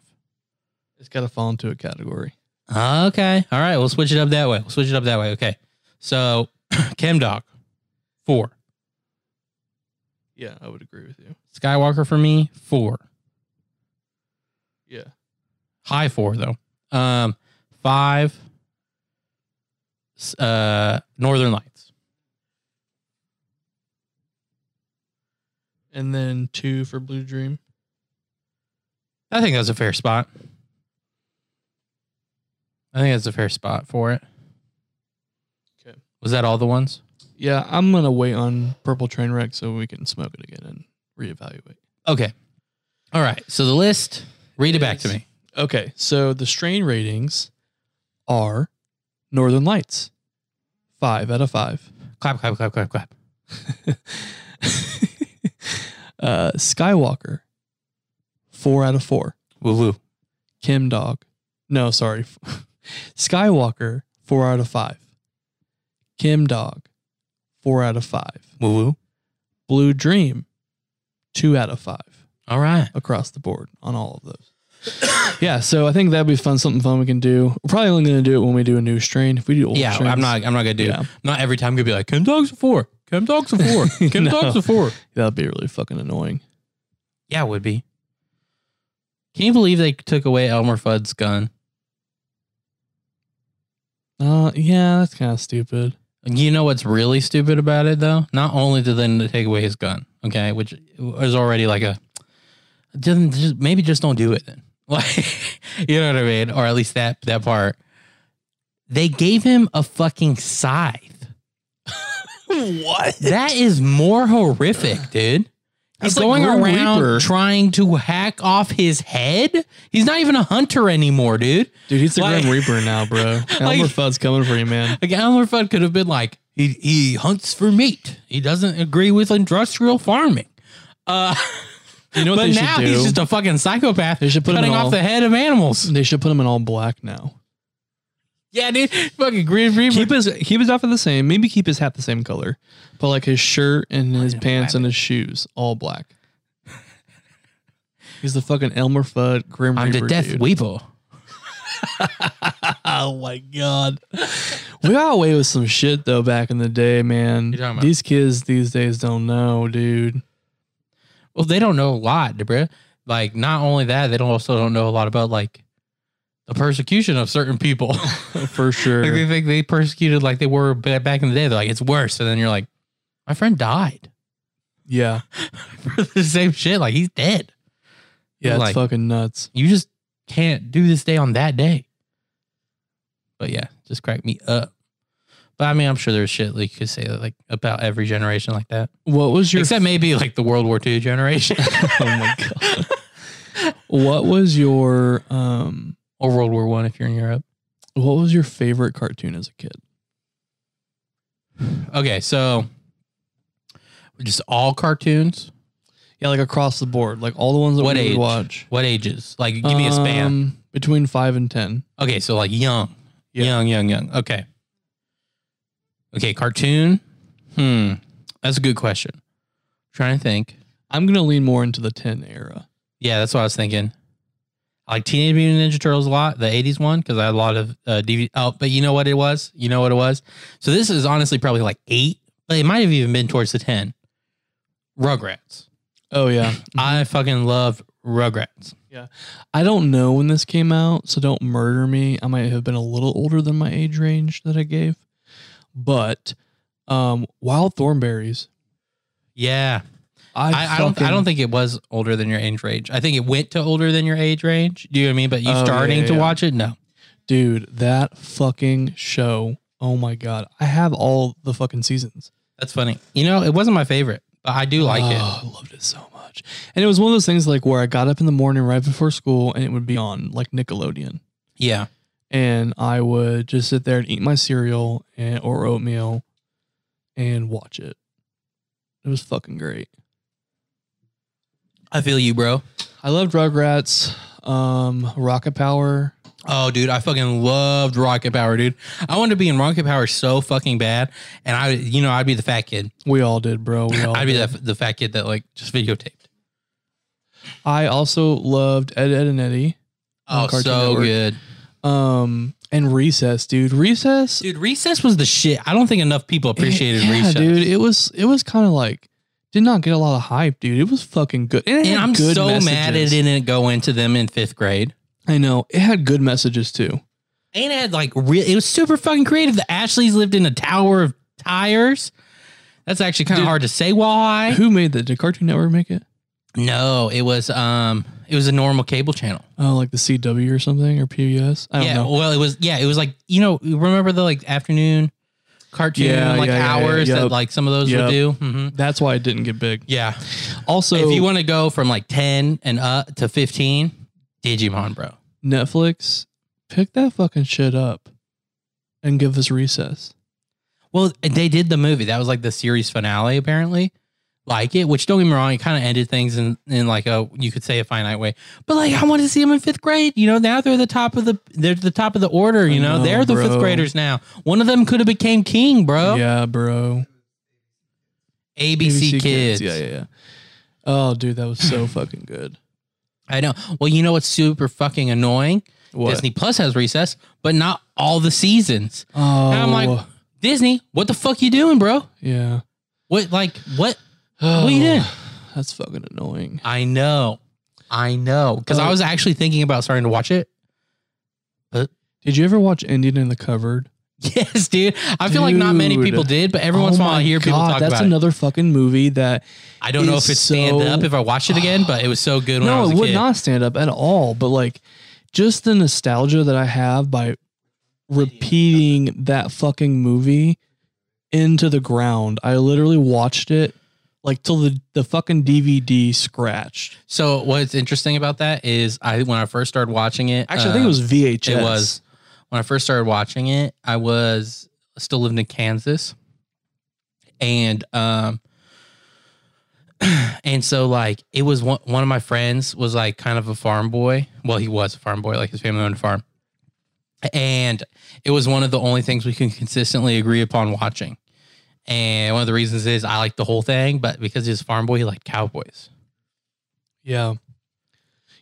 S3: it's got to fall into a category.
S2: Oh, Okay. All right. We'll switch it up that way. We'll switch it up that way. Okay. So, Chem Dog, four.
S3: Yeah, I would agree with you.
S2: Skywalker for me, four.
S3: Yeah,
S2: high four though. Um, five. s- Uh, Northern Lights.
S3: and then two for Blue Dream.
S2: I think that's a fair spot. I think that's a fair spot for it.
S3: Okay.
S2: Was that all the ones?
S3: Yeah, I'm gonna wait on Purple Train Wreck so we can smoke it again and reevaluate.
S2: Okay. All right. So the list. Read it back to
S3: Yes.
S2: me.
S3: Okay, so the strain ratings are Northern Lights, five out of five.
S2: Clap, clap, clap, clap, clap.
S3: uh, Skywalker, four out of four.
S2: Woo woo.
S3: Kim Dog, no, sorry. Skywalker, four out of five. Kim Dog, four out of five.
S2: Woo woo.
S3: Blue Dream, two out of five
S2: All right.
S3: across the board on all of those. yeah, so I think that'd be fun, something fun we can do. We're probably only gonna do it when we do a new strain. If we do old
S2: Yeah,
S3: strains,
S2: I'm not. I'm not gonna do.
S3: Yeah.
S2: Not every time. Could be like Kim Dog's a four. Kim Dog's a four. Kim
S3: No.
S2: Dog's a four.
S3: that'd be really fucking annoying.
S2: Yeah, it would be. Can you believe they took away Elmer Fudd's gun?
S3: Uh yeah, that's kind of stupid.
S2: You know what's really stupid about it though? Not only did they take away his gun, okay, which is already like a didn't just maybe just don't do it then. Like you know what I mean? Or at least that that part. They gave him a fucking scythe.
S3: What?
S2: That is more horrific, dude.
S3: That's
S2: He's going
S3: like Grim
S2: around
S3: Reaper.
S2: trying to hack off his head. He's not even a hunter anymore, dude.
S3: Dude, he's the
S2: Like-
S3: Grim Reaper now, bro. Elmer Fudd's coming for you, man.
S2: Like Elmer Fudd could have been like, he he hunts for meat. He doesn't agree with industrial farming. Uh,
S3: You know what
S2: but
S3: they
S2: now
S3: should do?
S2: he's just a fucking psychopath.
S3: They should put him
S2: cutting
S3: in
S2: off
S3: all-
S2: the head of animals.
S3: they should put him in all black now.
S2: Yeah, dude. Fucking Green Reaper.
S3: Keep his keep his outfit the same. Maybe keep his hat the same color, but like his shirt and his pants and his shoes all black. he's the fucking Elmer Fudd Grim
S2: I'm
S3: Reaper.
S2: the death
S3: dude.
S2: weeble.
S3: Oh my god. we got away with some shit though back in the day, man.
S2: You're talking about-
S3: These kids these days don't know, dude.
S2: Well, they don't know a lot, bruh. Like, not only that, they don't also don't know a lot about like the persecution of certain people.
S3: For sure.
S2: Like they think they persecuted like they were ba- back in the day. They're like, it's worse. And then you're like, my friend died
S3: yeah.
S2: for the same shit. Like he's dead.
S3: Yeah, it's
S2: Like-
S3: fucking nuts.
S2: You just can't do this day on that day. But yeah, just crack me up. But I mean, I'm sure there's shit like you could say like about every generation like that.
S3: What was your
S2: Except maybe like the World War II generation
S3: Oh my god. what was your um
S2: or World War One if you're in Europe.
S3: what was your favorite cartoon as a kid?
S2: Okay, so just all cartoons.
S3: Yeah, like across the board, like all the ones that
S2: What
S3: we would
S2: age?
S3: watch.
S2: What ages? Like, give me a span.
S3: Um, between five and ten.
S2: Okay, so like young,
S3: Yeah.
S2: young, young, young. Okay. Okay, cartoon. Hmm, that's a good question. trying to think.
S3: I'm gonna lean more into the ten era.
S2: Yeah, that's what I was thinking. I like Teenage Mutant Ninja Turtles a lot, the '80s one, because I had a lot of uh, DVD. Oh, but you know what it was? You know what it was? So this is honestly probably like eight, but it might have even been towards the ten. Rugrats.
S3: Oh yeah.
S2: I fucking love Rugrats.
S3: I don't know when this came out, so don't murder me. I might have been a little older than my age range that I gave. But um Wild Thornberries.
S2: Yeah, I, I don't. I
S3: fucking-
S2: don't think it was older than your age range. I think it went to older than your age range. Do you know what I mean? But you
S3: Oh, yeah,
S2: starting to
S3: yeah.
S2: watch it? No.
S3: dude, that fucking show. Oh my god. I have all the fucking seasons.
S2: That's funny. You know, it wasn't my favorite, but I do like
S3: Oh, I loved it so much. And it was one of those things like where I got up in the morning right before school and it would be on like Nickelodeon.
S2: it. Yeah.
S3: And I would just sit there and eat my cereal and or oatmeal and watch it. It was fucking great.
S2: I feel you, bro.
S3: I loved Rugrats, um, Rocket Power.
S2: Oh, dude, I fucking loved Rocket Power, dude. I wanted to be in Rocket Power so fucking bad, and I, you know, I'd be the fat kid.
S3: We all did, bro. We all
S2: I'd be
S3: did.
S2: the, the fat kid that like just videotaped.
S3: I also loved Ed, Ed, and Eddie. On
S2: Oh,
S3: Cartoon
S2: so
S3: Network.
S2: good,
S3: Um, and Recess, dude. Recess
S2: dude. Recess was the shit. I don't think enough people appreciated
S3: it, yeah,
S2: Recess,
S3: dude. It was it was kind of like did not get a lot of hype, dude. It was fucking good. And, it
S2: And
S3: had
S2: I'm
S3: good
S2: so mad it
S3: messages.
S2: didn't go into them in fifth grade.
S3: I know it had good messages too.
S2: And it had like real. It was super fucking creative. The Ashleys lived in a tower of tires. That's actually kind of
S3: Dude.
S2: hard to say why.
S3: Who made that? Did Cartoon Network make it?
S2: No, it was um, it was a normal cable channel.
S3: Oh, like the CW or something or PBS. I don't
S2: yeah,
S3: know.
S2: well, it was yeah, it was like you know, you remember the like afternoon cartoon
S3: Yeah,
S2: like
S3: yeah, yeah, yeah,
S2: hours that
S3: yup.
S2: like some of those
S3: Yup.
S2: would do. hmm
S3: That's why it didn't get big.
S2: Yeah,
S3: Also,
S2: if you want to go from like ten and up to fifteen, Digimon, bro.
S3: Netflix, pick that fucking shit up and give us recess.
S2: Well, they did the movie. That was like the series finale, apparently. Like it, which don't get me wrong, it kind of ended things in, in like a you could say a finite way. But like I wanted to see them in fifth grade. You know, now they're the top of the they're the top of the order. You
S3: I
S2: know,
S3: know,
S2: they're the fifth
S3: bro.
S2: graders now. One of them could have became king, bro.
S3: Yeah, bro.
S2: ABC, kids.
S3: Yeah, yeah, yeah. Oh, dude, that was so fucking good.
S2: I know. Well, you know what's super fucking annoying?
S3: What?
S2: Disney Plus has recess, but not all the seasons.
S3: Oh,
S2: And I'm like, Disney, what the fuck you doing, bro?
S3: yeah. Oh,
S2: What like what? What you doing?
S3: That's fucking annoying.
S2: I know. I know. Because I
S3: Oh.
S2: was actually thinking about starting to watch it.
S3: Did you ever watch Indian in the Cupboard?
S2: Yes, dude. I feel like not many
S3: Dude.
S2: people did, but every once in a
S3: Oh
S2: while I
S3: my
S2: hear people
S3: God,
S2: talk
S3: That's
S2: about
S3: another fucking movie that
S2: it. I don't know
S3: is
S2: if it's stand
S3: so-
S2: up if I watch it again, but it was so good when I
S3: no,
S2: was a
S3: it would
S2: kid.
S3: not stand up at all. But like, just the nostalgia that I have by repeating that fucking movie into the ground. I literally watched it like till the the fucking DVD scratched.
S2: So what's interesting about that is I when I first started watching it.
S3: Actually, I think it
S2: um,
S3: was VHS.
S2: It was when I first started watching it. I was still living in Kansas, and um, and so like it was one one of my friends was like kind of a farm boy. Well, he was a farm boy, like his family owned a farm, and it was one of the only things we can consistently agree upon watching. And one of the reasons is I like the whole thing, but because he's a farm boy, he liked cowboys.
S3: Yeah.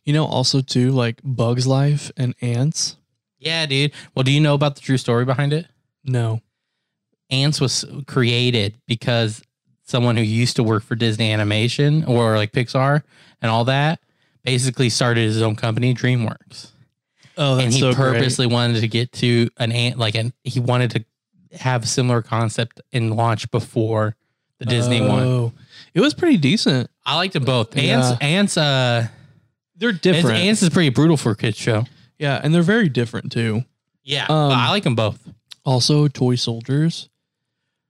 S3: You know, also too, like Bugs Life and Ants.
S2: Yeah, dude. Well, do you know about the true story behind it?
S3: No.
S2: Ants was created because someone who used to work for Disney Animation or like Pixar and all that basically started his own company, DreamWorks.
S3: Oh,
S2: and he purposely wanted to get to an ant, like, an, he wanted to have similar concept and launch before the Disney
S3: Oh.
S2: one.
S3: It was pretty decent.
S2: I liked them both. Ants, ants, uh,
S3: They're
S2: ants,
S3: different.
S2: ants is pretty brutal for a kid's show.
S3: yeah, and they're very different too.
S2: Yeah.
S3: Um,
S2: but I like them both.
S3: Also, toy soldiers,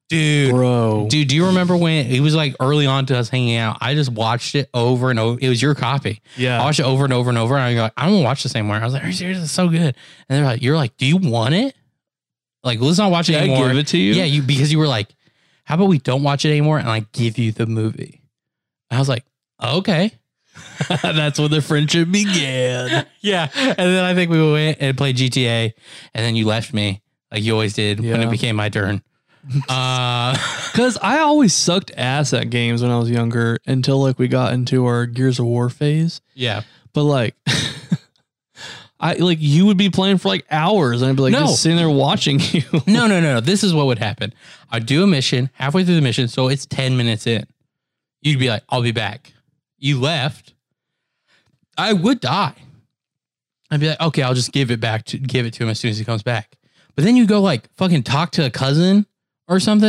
S2: Dude,
S3: bro.
S2: Dude, do you remember when it was like early on to us hanging out? I just watched it over and over. It was your copy. I
S3: yeah,
S2: watched it over and over and over. And I go, like, I don't want to watch this anymore. I was like, Are you serious? It's so good. And they're like, You're like, Do you want it? Like, let's not watch it
S3: Did I
S2: anymore.
S3: give it to you?
S2: Yeah, you because you were like, How about we don't watch it anymore and I give you the movie? And I was like, Okay.
S3: that's when the friendship began.
S2: Yeah. And then I think we went and played GTA. And then you left me like you always did when
S3: Yeah.
S2: it became my turn. uh,
S3: Because I always sucked ass at games when I was younger until like we got into our Gears of War phase.
S2: yeah.
S3: But like, I like you would be playing for like hours, and I'd be like
S2: No.
S3: just sitting there watching you.
S2: No, no, no, no. This is what would happen. I do a mission halfway through the mission, so it's 10 minutes in. You'd be like, I'll be back. You left. I would die. I'd be like, okay, I'll just give it back to give it to him as soon as he comes back. But then you go like fucking talk to a cousin or something,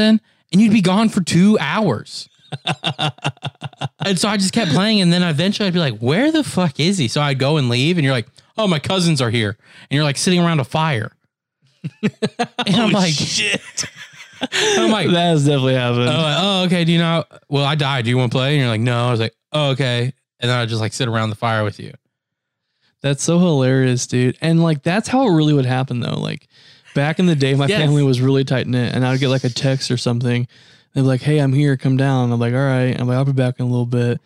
S2: and you'd be gone for two hours. and so I just kept playing, and then eventually I'd be like, where the fuck is he? So I'd go and leave, and you're like, oh, my cousins are here. And you're like sitting around a fire. and I'm like,
S3: Oh, shit.
S2: I'm like,
S3: that has definitely happened.
S2: oh, like, oh, okay. Do you know? Well, I died. Do you want to play? And you're like, no. I was like, oh, okay. And then I just like sit around the fire with you.
S3: That's so hilarious, dude. And like that's how it really would happen though. Like back in the day, my
S2: Yes.
S3: family was really tight knit, and I would get like a text or something. They'd be like, "Hey, I'm here. Come down." I'm like, "All right." I'm like, "I'll be back in a little bit,"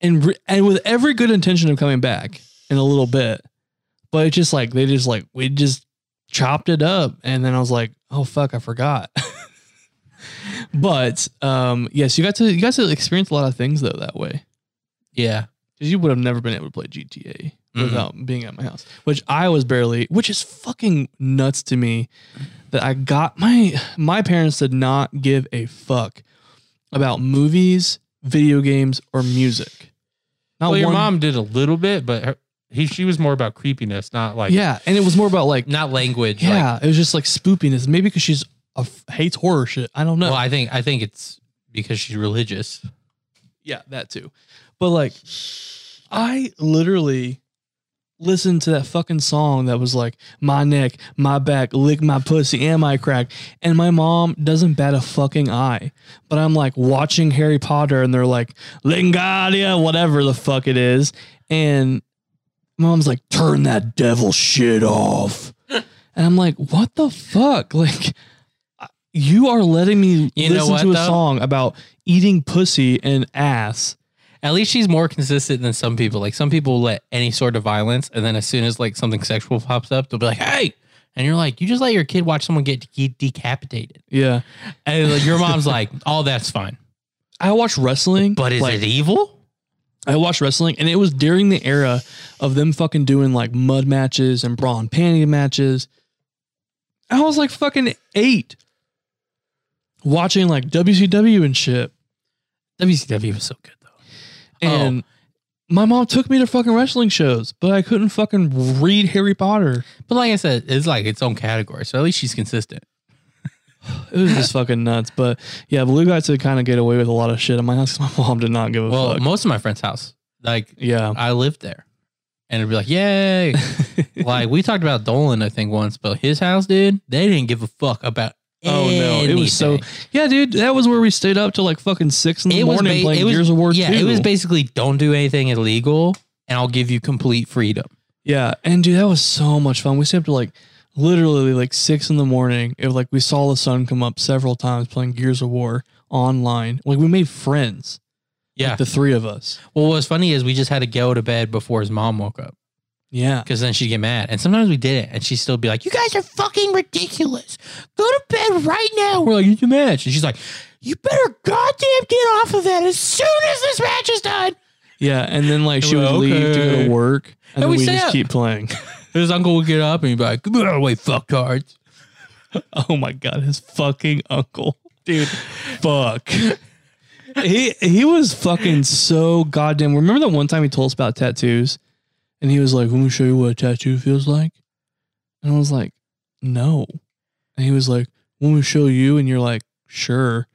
S3: and re- and with every good intention of coming back in a little bit, but it's just like they just like we just chopped it up, and then I was like, "Oh fuck, I forgot." but um, yes, you got to you got to experience a lot of things though that way.
S2: Yeah.
S3: Because you would have never been able to play GTA
S2: Mhm.
S3: without being at my house, which I was barely, which is fucking nuts to me that I got my my parents did not give a fuck about movies, video games, or music. Not
S4: well, your
S3: one-
S4: mom did a little bit, but her, he she was more about creepiness, not like
S3: yeah, and it was more about like,
S2: Not language. like-
S3: yeah, it was just like spoopiness. Maybe because she's a f- hates horror shit. I don't know.
S2: well, I think I think it's because she's religious.
S3: Yeah, that too. But like, I literally listened to that fucking song that was like, my neck, my back, lick my pussy, and my crack. And my mom doesn't bat a fucking eye. But I'm like watching Harry Potter and they're like, Lingadia, whatever the fuck it is. And my mom's like, turn that devil shit off. and I'm like, what the fuck? Like, I- you are letting me
S2: You know
S3: listen
S2: what,
S3: to a
S2: though?
S3: song about eating pussy and ass.
S2: At least she's more consistent than some people. Like some people let any sort of violence, and then as soon as like something sexual pops up, they'll be like, hey. And you're like, you just let your kid watch someone get de- decapitated.
S3: Yeah.
S2: And like, your mom's like, oh, that's fine.
S3: I watched wrestling,
S2: But is
S3: like,
S2: it evil?
S3: I watched wrestling, and it was during the era of them fucking doing like mud matches and bra and panty matches. I was like fucking eight, watching like WCW and shit,
S2: WCW was so good though. Oh.
S3: and. My mom took me to fucking wrestling shows, but I couldn't fucking read Harry Potter.
S2: But like I said, it's like its own category. So at least she's consistent.
S3: It was just fucking nuts. But yeah, Blue got to kind of get away with a lot of shit in my house 'cause my mom did not give a
S2: Well,
S3: fuck.
S2: most of my friend's house, like
S3: yeah.
S2: I lived there, and it'd be like, yay! like we talked about Dolan, I think once, but his house, dude, they didn't give a fuck about.
S3: Oh no, it was so
S2: anything.
S3: yeah, dude. That was where we stayed up till like fucking six in the
S2: It was,
S3: morning
S2: ba-
S3: playing
S2: it was
S3: Gears of War
S2: yeah,
S3: two.
S2: it was basically don't do anything illegal, and I'll give you complete freedom.
S3: yeah, and dude, that was so much fun. We stayed up till like literally like six in the morning. It was like we saw the sun come up several times playing Gears of War online. Like we made friends,
S2: Yeah.
S3: like, the three of us.
S2: well, what's funny is we just had to go to bed before his mom woke up.
S3: Yeah,
S2: because then she'd get mad. And sometimes we did it, and she'd still be like, "You guys are fucking ridiculous. Go to bed right now." We're like, "It's a match," and she's like, "You better goddamn get off of that as soon as this match is done."
S3: yeah. And then like she
S2: And
S3: would
S2: we're
S3: leave to go
S2: okay.
S3: to work, and,
S2: And
S3: then
S2: we
S3: we
S2: stay
S3: just
S2: up.
S3: keep playing.
S2: His uncle would get up and he'd be like, "Get out of the way, fucktards."
S3: oh my god, his fucking uncle, dude. Fuck. he he was fucking so goddamn. Remember that one time he told us about tattoos, and he was like, "Let me show you what a tattoo feels like," and I was like, "No," and he was like, "Let me show you," and you're like, "Sure,"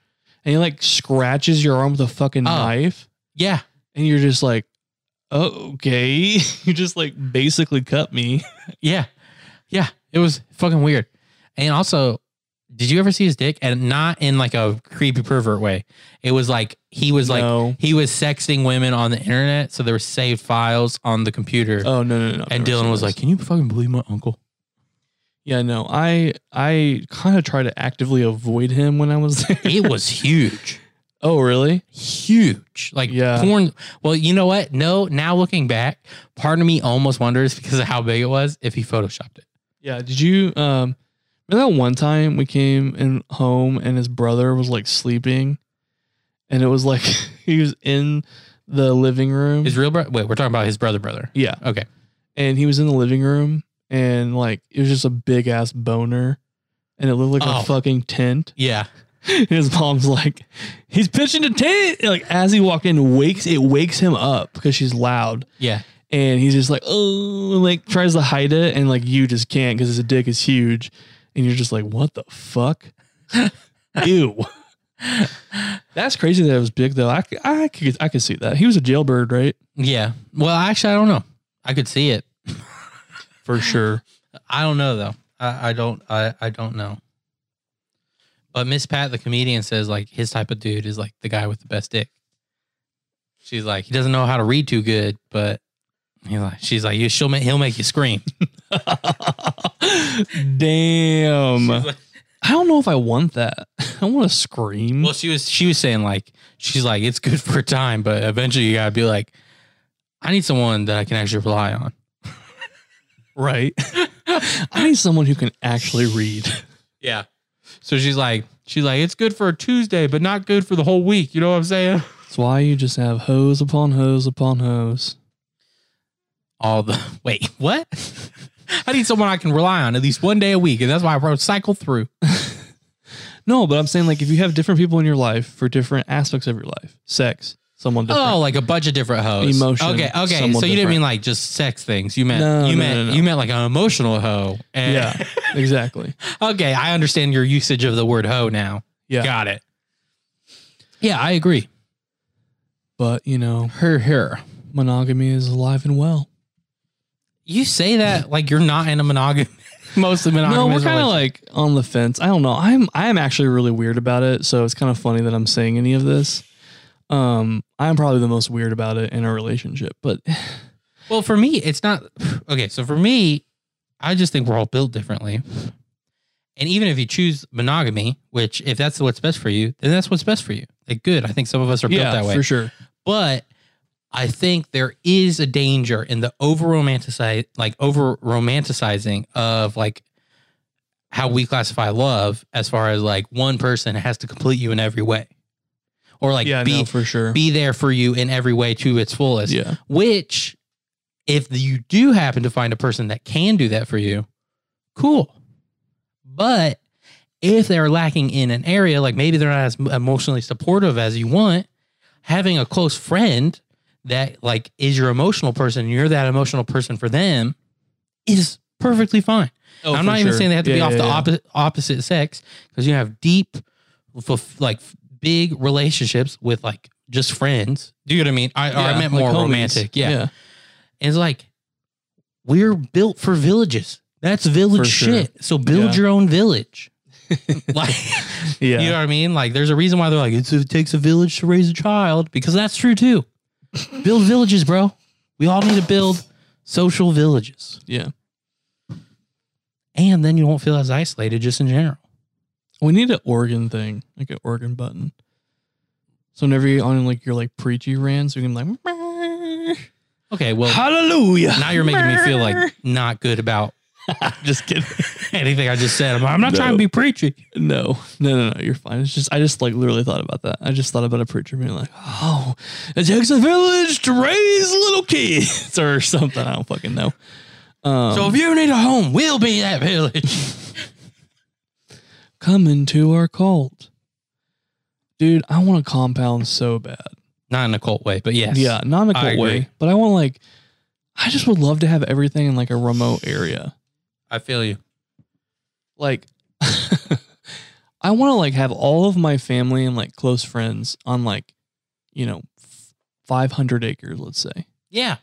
S3: and he like scratches your arm with a fucking
S2: Oh.
S3: knife,
S2: Yeah,
S3: and you're just like. "Oh, Okay, you just like basically cut me.
S2: yeah, yeah. It was fucking weird. And also, did you ever see his dick? And not in like a creepy pervert way. It was like he was like
S3: no.
S2: he was sexting women on the internet, so there were saved files on the computer.
S3: oh no, no, no! I've
S2: and
S3: never seen
S2: Dylan was
S3: this.
S2: like, "Can you fucking believe my uncle?"
S3: Yeah, no, I I kind of try to actively avoid him when I was there.
S2: it was huge,
S3: oh, really?
S2: huge. Like
S3: Yeah.
S2: porn. Well, you know what? No, now looking back, part of me almost wonders because of how big it was if he photoshopped it.
S3: Yeah. Did you um remember that one time we came in home and his brother was like sleeping, and it was like he was in the living room.
S2: His real brother. Wait, we're talking about his brother, brother.
S3: yeah.
S2: Okay.
S3: and he was in the living room and like it was just a big ass boner and it looked like
S2: Oh.
S3: a fucking tent.
S2: Yeah.
S3: And his mom's like, he's pitching a tent. And, like as he walked in, wakes it wakes him up because she's loud.
S2: Yeah.
S3: And he's just like, oh, and, like tries to hide it, and like you just can't because his dick is huge, and you're just like, what the fuck? Ew. That's crazy that it was big though. I, c- I could I could see that. He was a jailbird, right?
S2: Yeah. Well, actually, I don't know. I could see it.
S3: For sure.
S2: I don't know though. I, I don't. I, I don't know. But Miss Pat, the comedian, says like his type of dude is like the guy with the best dick. She's like he doesn't know how to read too good, but he's like she's like you. She'll make he'll make you scream.
S3: Damn.
S2: She's like-
S3: I don't know if I want that. I want to scream.
S2: well, she was she was saying like she's like it's good for a time, but eventually you gotta be like, I need someone that I can actually rely on.
S3: right. I need someone who can actually read.
S2: Yeah. So she's like,
S4: She's like, it's good for a Tuesday, but not good for the whole week. You know what I'm saying?
S3: That's why you just have hose upon hose upon hose.
S2: all the wait, what? I need someone I can rely on at least one day a week, and that's why I wrote cycle through.
S3: No, but I'm saying like if you have different people in your life for different aspects of your life, sex, someone different.
S2: Oh, like a bunch of different hoes.
S3: Emotion,
S2: Okay, okay. So you didn't
S3: somewhat
S2: mean
S3: different.
S2: like just sex things. You meant
S3: No,
S2: you
S3: no,
S2: meant
S3: no, no.
S2: you meant like an emotional hoe. And-
S3: yeah, exactly.
S2: okay, I understand your usage of the word hoe now.
S3: Yeah,
S2: Got it. Yeah, I agree.
S3: but you know,
S2: Her her.
S3: monogamy is alive and well.
S2: You say that like you're not in a monogam mostly monogamous.
S3: No, we're kind of
S2: relationship.
S3: like on the fence. I don't know. I'm I'm actually really weird about it, so it's kind of funny that I'm saying any of this. Um, I'm probably the most weird about it in a relationship, but
S2: Well, for me, it's not okay. So for me, I just think we're all built differently. And even if you choose monogamy, which if that's what's best for you, then that's what's best for you. Like, good. I think some of us are built that way.
S3: for sure.
S2: But I think there is a danger in the over romanticize, like over romanticizing of like how we classify love, as far as like one person has to complete you in every way, or like
S3: yeah,
S2: be
S3: no, for sure.
S2: be there for you in every way to its fullest
S3: yeah,
S2: which if you do happen to find a person that can do that for you cool but if they're lacking in an area like maybe they're not as emotionally supportive as you want having a close friend that like is your emotional person you're that emotional person for them is perfectly fine
S3: Oh,
S2: i'm not even saying they have to be off the opposite opposite sex because you have deep fulf- like f- big relationships with like just friends do you know what i mean i, or I meant more romantic yeah. And it's like, we're built for villages. That's village
S3: For sure.
S2: shit. So build
S3: Yeah.
S2: your own village. like,
S3: yeah,
S2: you know what I mean? Like, there's a reason why they're like, it's, it takes a village to raise a child, because that's true too. build villages, bro. We all need to build social villages.
S3: yeah.
S2: And then you won't feel as isolated just in general.
S3: We need an organ thing, like an organ button. So whenever you're on like your like preachy rants, you can be like
S2: Okay, well,
S3: hallelujah.
S2: now you're making me feel like not good about
S3: just kidding.
S2: anything I just said. I'm, I'm not trying to
S3: No.
S2: be preachy.
S3: No, no, no, no. You're fine. It's just I just like literally thought about that. I just thought about a preacher being like, "Oh, it takes a village to raise little kids" or something. I don't fucking know. Um,
S2: So if you need a home, we'll be that village.
S3: come into our cult, dude. I want a compound so bad.
S2: not in a cult way, but yes.
S3: Yeah, not in a
S2: I
S3: cult way,
S2: agree.
S3: but I want like, I just would love to have everything in like a remote area.
S2: I feel you.
S3: Like, I want to like have all of my family and like close friends on like, you know, f- 500 acres, let's say.
S2: Yeah.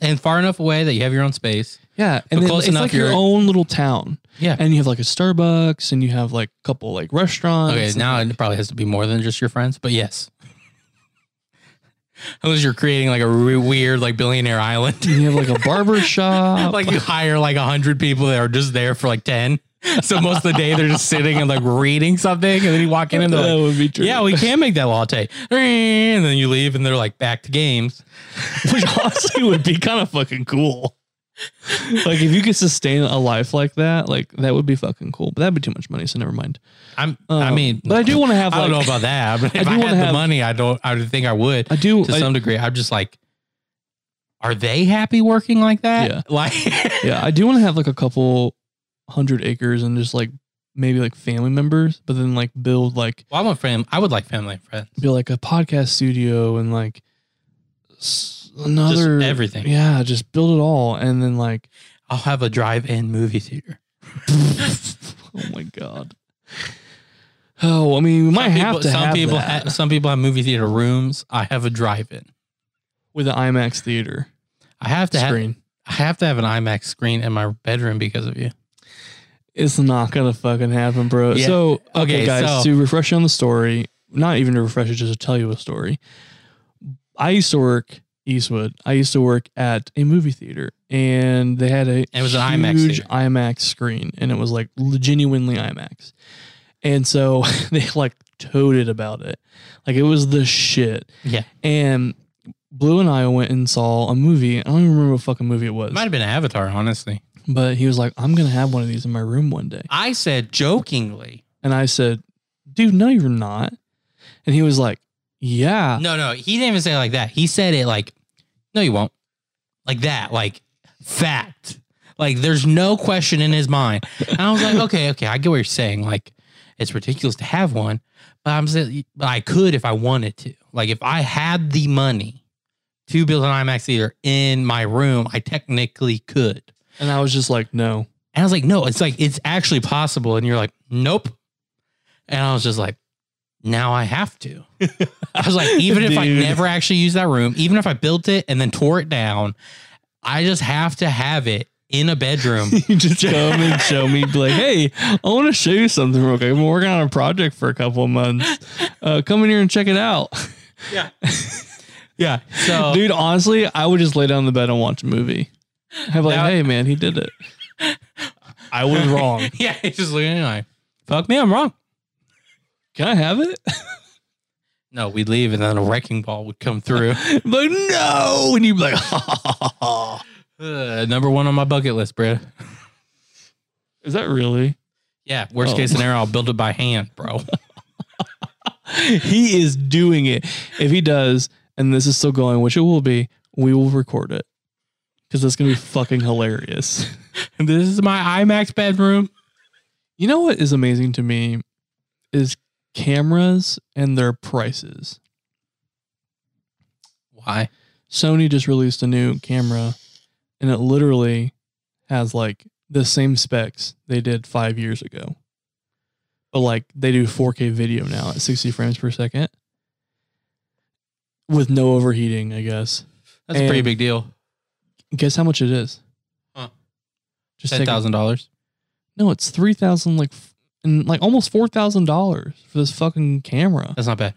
S2: And far enough away that you have your own space.
S3: Yeah,
S2: But
S3: and then
S2: close
S3: it's
S2: enough,
S3: like your
S2: you're-
S3: own little town,
S2: Yeah.
S3: and you have like a Starbucks, and you have like a couple like restaurants.
S2: okay,
S3: and,
S2: now
S3: like-
S2: it probably has to be more than just your friends, but yes. Unless you're creating like a re- weird like billionaire island.
S3: and you have like a barber shop.
S2: like you hire like a hundred people that are just there for like ten. So most of the day they're just sitting and like reading something and then you walk in and they're
S3: that
S2: like
S3: would be true.
S2: yeah, we can make that latte. And then you leave and they're like back to games.
S3: which honestly would be kind of fucking cool. Like if you could sustain a life like that, like that would be fucking cool. But that'd be too much money, so never mind.
S2: I'm I
S3: Um,
S2: mean
S3: but I do want to have.
S2: I
S3: Like,
S2: don't know about that. But if I,
S3: do wanna
S2: had the
S3: have-
S2: money, I don't I don't think I would.
S3: I do.
S2: to
S3: I,
S2: some degree. I'm just like, are they happy working like that?
S3: Yeah.
S2: Like
S3: yeah, I do want to have like a couple hundred acres and just like maybe like family members, but then like build like
S2: Well, I want fam I would like family and friends.
S3: be like a podcast studio and like s- another
S2: everything.
S3: Yeah, just build it all, and then like
S2: I'll have a drive in movie theater.
S3: oh my god. Oh, I mean, we
S2: some
S3: might have
S2: people,
S3: to
S2: some
S3: have
S2: people
S3: that
S2: ha- some people have movie theater rooms. I have a drive in.
S3: with the IMAX theater
S2: I have to have
S3: screen.
S2: I have to have an IMAX screen in my bedroom because of you.
S3: It's not gonna fucking happen, bro.
S2: Yeah.
S3: So okay,
S2: Okay, so-
S3: guys, to refresh you on the story, not even to refresh it, just to tell you a story. I used to work Eastwood. I used to work at a movie theater, and they had a
S2: It was an IMAX
S3: huge
S2: theater.
S3: IMAX screen, and it was like l- genuinely IMAX. And so they like toted about it, like it was the shit.
S2: Yeah.
S3: And Blue and I went and saw a movie. I don't even remember what fucking movie it was,
S2: It might have been Avatar, honestly.
S3: but he was like, "I'm gonna have one of these in my room one day."
S2: I said jokingly.
S3: And I said, dude, no, you're not. And he was like, yeah.
S2: No, no, he didn't even say it like that. He said it like, no, you won't. Like that, like fact. Like there's no question in his mind. And I was like, okay, okay, I get what you're saying. Like it's ridiculous to have one, but I'm saying but I could if I wanted to. Like if I had the money to build an IMAX theater in my room, I technically could.
S3: And I was just like, no.
S2: And I was like, no, it's like it's actually possible. And you're like, nope. And I was just like, now I have to. I was like, even if I
S3: Dude.
S2: never actually use that room, even if I built it and then tore it down, I just have to have it in a bedroom.
S3: You just come and show me, be like, hey, I want to show you something real quick. I've been working on a project for a couple of months. Uh, come in here and check it out.
S2: yeah. Yeah. So
S3: Dude, honestly, I would just lay down in the bed and watch a movie. I'd be like,
S2: Now-
S3: hey, man, he did it. I was wrong.
S2: yeah, he's just looking at me like, fuck me, I'm wrong.
S3: Can I have it?
S2: No, we'd leave and then a wrecking ball would come through.
S3: like, no. And you'd be like, ha, ha, ha, ha.
S2: Uh, number one on my bucket list, bro.
S3: Is that really?
S2: Yeah. Worst
S3: Oh.
S2: case scenario, I'll build it by hand, bro.
S3: he is doing it. If he does, and this is still going, which it will be, we will record it because it's gonna be fucking hilarious.
S2: this is my IMAX bedroom.
S3: You know what is amazing to me is cameras and their prices.
S2: Why?
S3: Sony just released a new camera, and it literally has like the same specs they did five years ago. But like they do 4K video now at 60 frames per second with no overheating, I guess.
S2: That's a pretty
S3: And-
S2: big deal.
S3: Guess how much it is?
S2: Huh.
S3: Just
S2: Ten
S3: take a-
S2: thousand dollars.
S3: No, it's three thousand, like, f- and like almost four thousand dollars for this fucking camera.
S2: That's not bad.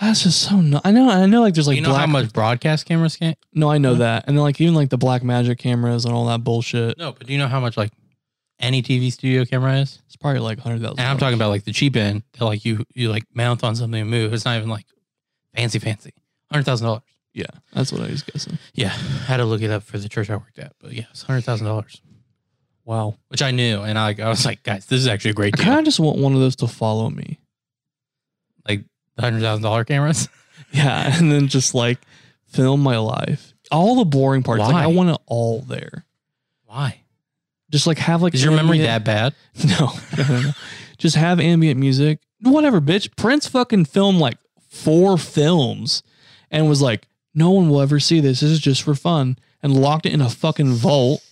S3: That's just so. No- I know. I know. Like, there's like
S2: you know
S3: black.
S2: how much broadcast cameras can?
S3: no, I know that. And then like even like the black magic cameras and all that bullshit.
S2: No, but do you know how much like any TV studio camera is?
S3: It's probably like hundred thousand.
S2: And I'm talking about like the cheap end that like you you like mount on something and move. It's not even like fancy fancy. Hundred thousand dollars.
S3: Yeah, that's what I was guessing.
S2: Yeah, I had to look it up for the church I worked at, but yeah, it's hundred thousand dollars,
S3: Wow.
S2: which I knew, and I like I was like, guys, this is actually a great
S3: I kind
S2: deal.
S3: of just want one of those to follow me.
S2: Hundred thousand dollar cameras.
S3: Yeah, and then just like film my life. All the boring parts. Like I
S2: Why?
S3: want it all there.
S2: Why?
S3: Just like have like
S2: Is your memory that
S3: ambient-
S2: bad?
S3: No, no, no, no. just have ambient music, whatever, bitch. Prince fucking filmed like four films, and was like, no one will ever see this. This is just for fun, and locked it in a fucking vault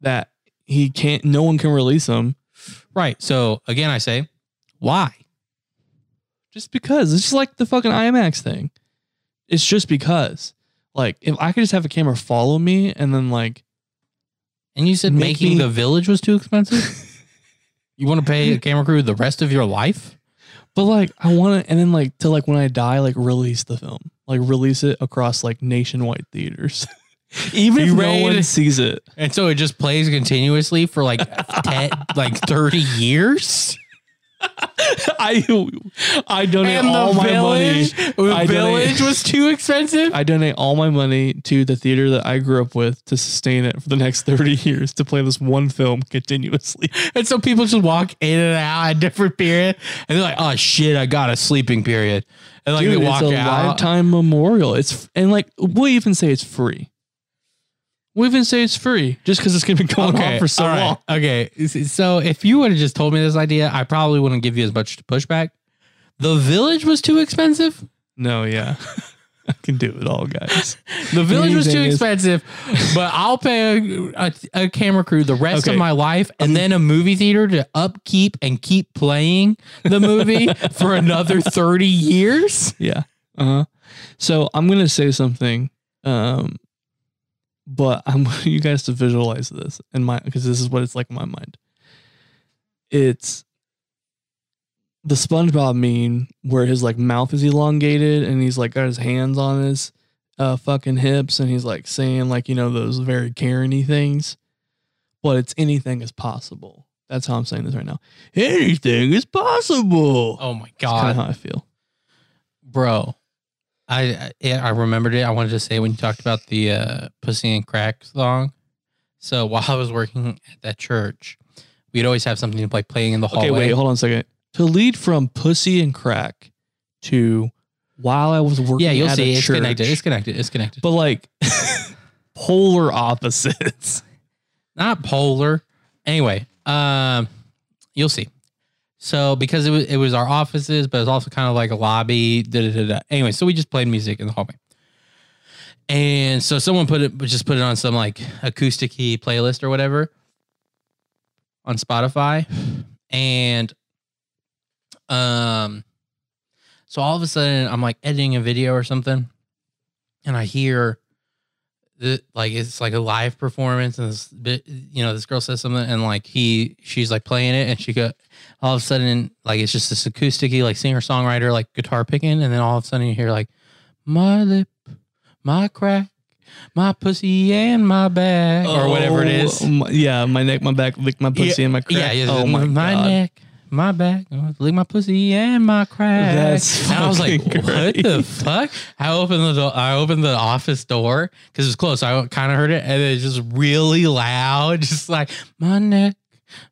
S3: that he can't. No one can release them
S2: Right. So again, I say, why?
S3: just because. It's just like the fucking IMAX thing. It's just because. Like, if I could just have a camera follow me, and then like,
S2: And you said
S3: Make
S2: making
S3: me-
S2: the village was too expensive? you want to pay a camera crew the rest of your life?
S3: but like, I want to, and then like, to like when I die, like release the film, like release it across like nationwide theaters. Even if no
S2: Berate-
S3: one sees it,
S2: And so it just plays continuously for like 10, like 30 years?
S3: I I donate all my money.
S2: the
S3: I donate-
S2: village was too expensive?
S3: I donate all my money to the theater that I grew up with to sustain it for the next 30 years to play this one film continuously.
S2: And so people just walk in and out at different period. And they're like, oh shit, I got a sleeping period. And like
S3: Dude,
S2: they walk
S3: it's a
S2: out.
S3: lifetime memorial. It's f- and like we'll even say it's free. We even say it's free just because it's gonna be going on for so
S2: all right,
S3: long.
S2: Okay. S- So if you would have just told me this idea, I probably wouldn't give you as much pushback. The village was too expensive.
S3: No, yeah, I can do it all, guys.
S2: The village was too
S3: Anything is-
S2: expensive, but I'll pay a, a, a camera crew the rest
S3: Okay. Um,
S2: of my life and then a movie theater to upkeep and keep playing the movie for another 30 years.
S3: Yeah. Uh-huh. So I'm gonna say something, um, but I want you guys to visualize this in my because this is what it's like in my mind. It's the SpongeBob meme where his like mouth is elongated and he's like got his hands on his uh, fucking hips and he's like saying like you know those very Karen-y things, but it's anything is possible. That's how I'm saying this right now. Anything is possible.
S2: Oh my
S3: That's
S2: God.
S3: kind of how I feel.
S2: Bro, I, I yeah, I remembered it. I wanted to say when you talked about the uh, Pussy and Crack song. So while I was working at that church, we'd always have something to play playing in the hallway.
S3: Okay, Oh, wait, hold on a second. To lead from pussy and crack to while I was working
S2: yeah, you'll
S3: at
S2: see.
S3: a
S2: It's
S3: church,
S2: connected. It's connected. It's connected.
S3: but like polar opposites.
S2: not polar. Anyway, um, you'll see. So because it was it was our offices, but it's also kind of like a lobby. Da, da, da, da. Anyway, so we just played music in the hallway, and so someone put it just put it on some like acoustic playlist or whatever on Spotify, and um, so all of a sudden I'm like editing a video or something, and I hear the like it's like a live performance and this bit you know this girl says something and like he she's like playing it and she go all of a sudden like it's just this acousticy like singer songwriter like guitar picking and then all of a sudden you hear like my lip my crack my pussy and my back or whatever it is
S3: Oh, my- yeah, my neck, my back, lick my pussy and my crack.
S2: yeah, yeah
S3: oh
S2: my,
S3: my,
S2: my
S3: god.
S2: neck my back lick my pussy and my crack
S3: That's
S2: and I was like,
S3: fucking
S2: "What the
S3: great."
S2: fuck?" I opened the do- I opened the office door because it was close. I kind of heard it, and it's just really loud, just like my neck,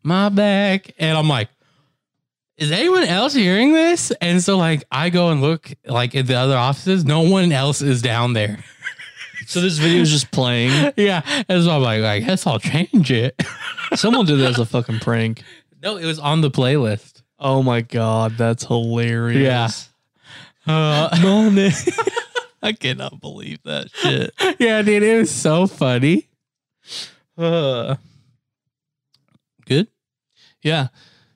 S2: my back, and I'm like, "Is anyone else hearing this?" And so like I go and look like at the other offices. No one else is down there.
S3: So this video is just playing.
S2: yeah, and so I'm like, I guess I'll change it.
S3: Someone did that as a fucking prank.
S2: no, it was on the playlist.
S3: Oh my god, that's hilarious.
S2: Yeah. Uh,
S3: No, man. I cannot believe that shit.
S2: yeah, dude, it was so funny. Uh, good.
S3: Yeah.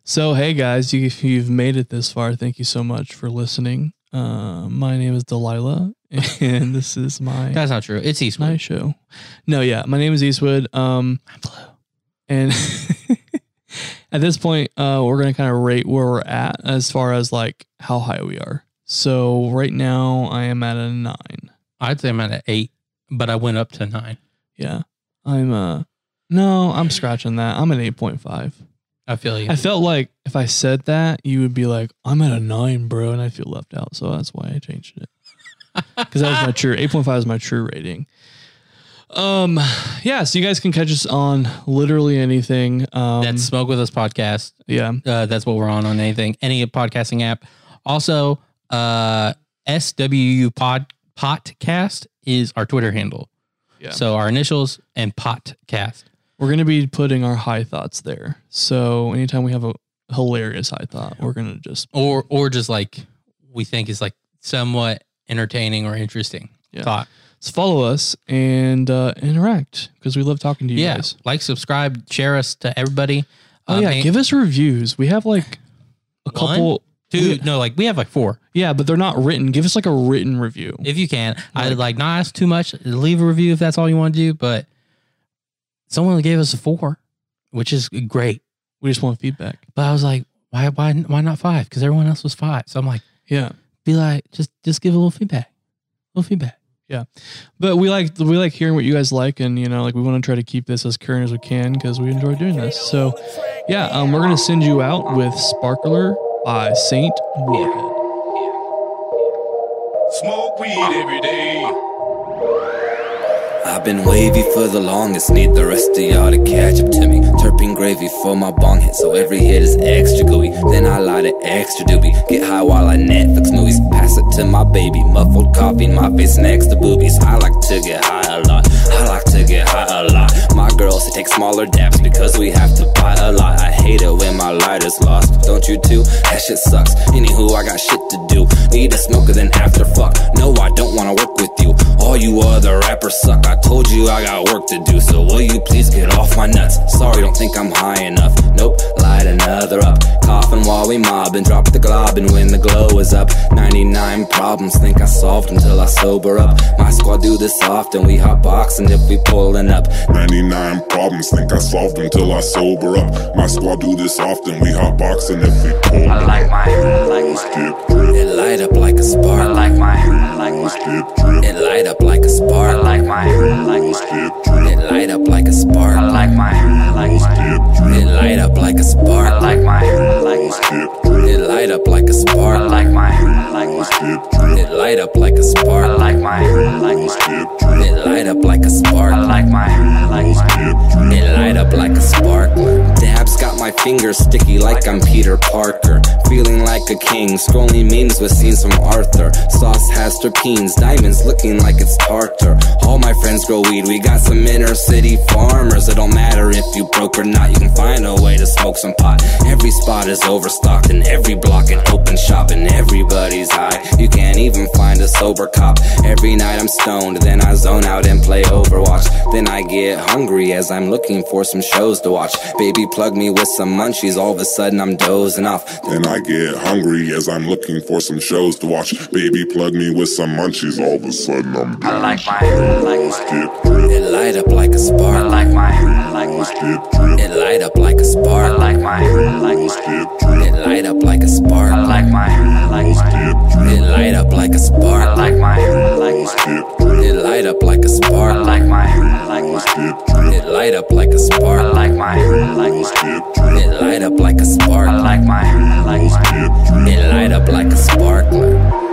S3: So hey guys, you, if you've made it this far, thank you so much for listening. Uh, my name is Delilah, and this is my
S2: That's not true. It's Eastwood.
S3: my show. No, yeah, my name is Eastwood. Um, I'm blue, and at this point, uh, we're gonna kind of rate where we're at as far as like how high we are. So right now, I am at a nine.
S2: I'd say I'm at an eight, but I went up to nine.
S3: Yeah, I'm uh, no, I'm scratching that. I'm an eight point five.
S2: I feel you.
S3: I felt like if I said that, you would be like, I'm at a nine, bro, and I feel left out. So that's why I changed it. Because that was my true 8.5 is my true rating. Um, yeah, so you guys can catch us on literally anything. Um
S2: that's Smoke With Us podcast.
S3: yeah.
S2: Uh, that's what we're on on anything, any podcasting app. Also, uh, SWU pod, Podcast is our Twitter handle.
S3: Yeah.
S2: So our initials and podcast.
S3: We're gonna be putting our high thoughts there. So anytime we have a hilarious high thought, we're gonna just
S2: Or, or just like we think is like somewhat entertaining or interesting
S3: Yeah.
S2: thought.
S3: so follow us and uh interact because we love talking to you
S2: yeah,
S3: guys.
S2: like, subscribe, share us to everybody.
S3: Oh
S2: Um,
S3: yeah,
S2: and-
S3: give us reviews. We have like a
S2: One?
S3: couple
S2: two. No, like we have like four.
S3: Yeah, but they're not written. Give us like a written review.
S2: If you can, I'd like not ask too much. Leave a review if that's all you want to do. But someone gave us a four, which is great.
S3: We just want feedback.
S2: But I was like, why, why, why not five? Because everyone else was five. So I'm like,
S3: Yeah,
S2: be like, just, just give a little feedback, little feedback.
S3: but we like we like hearing what you guys like, and you know, like we want to try to keep this as current as we can because we enjoy doing this. So, yeah, um, we're gonna send you out with Sparkler by Saint Warhead.
S1: Smoke weed every day.
S5: I've been wavy for the longest, need the rest of y'all to catch up to me. Turpin gravy for my bong hit, so every hit is extra gooey. Then I light an extra doobie, get high while I Netflix movies. Pass it to my baby, muffled coffee in my face next to boobies. I like to get high a lot. I I like to get high a lot. My girls, they take smaller dabs because we have to buy a lot. I hate it when my light is lost. Don't you too? That shit sucks. Anywho, I got shit to do. Need a smoker, then after fuck. No, I don't wanna work with you. All you other rappers suck. I told you I got work to do, so will you please get off my nuts? Sorry, don't think I'm high enough. Nope, light another up. Coughing while we mobbing, drop the glob, and when the glow is up, 99 problems think I solved until I sober up. My squad do this often, we hot boxing if we pulling up.
S1: 99 problems, think I solved them till I sober up. My squad do this often, we hot boxing if we pull. I
S5: like my- I like
S1: Let's get drip.
S5: It light up like a spark.
S1: my Let's get drip.
S5: It light up like a spark.
S1: Let's get drip.
S5: It light up like a spark.
S1: Let's
S5: It
S1: get drip.
S5: light up like a spark.
S1: Let's get drip.
S5: It light up like a spark.
S1: Let's get drip.
S5: It light up like a spark.
S1: Let's get drip.
S5: It light up like a spark.
S1: Let's get
S5: It
S1: drip.
S5: light up like a spark. Dabs got my fingers sticky like I'm Peter Parker. Feeling like a king, scrolling memes with scenes from Arthur. Sauce has terpenes, diamonds looking like it's tartar. All my friends grow weed, we got some inner city farmers. It don't matter if you broke or not, you can find a way to smoke some pot. Every spot is overstocked, and every block an open shop, and everybody's high. You can't even find a sober cop. Every night I'm stoned, then I zone out and play Overwatch. Then I get hungry as I'm looking for some shows to watch. Baby, plug me with some munchies. All of a sudden, I'm dozing off.
S1: Then I get hungry as I'm looking for some shows to watch. Baby, plug me with some munchies. All of a sudden, I'm down. Let's get drip.
S5: It light up like a spark.
S1: Let's get drip.
S5: It light up like a spark.
S1: Let's get drip.
S5: It light up like a spark.
S1: Let's get drip.
S5: It light up like a spark.
S1: Let's get drip.
S5: It light up like a spark.
S1: Let's get drip.
S5: It light up like a spark.
S1: Let's get drip.
S5: It light up like a spark.
S1: Let's get drip.
S5: It light up like a sparkler.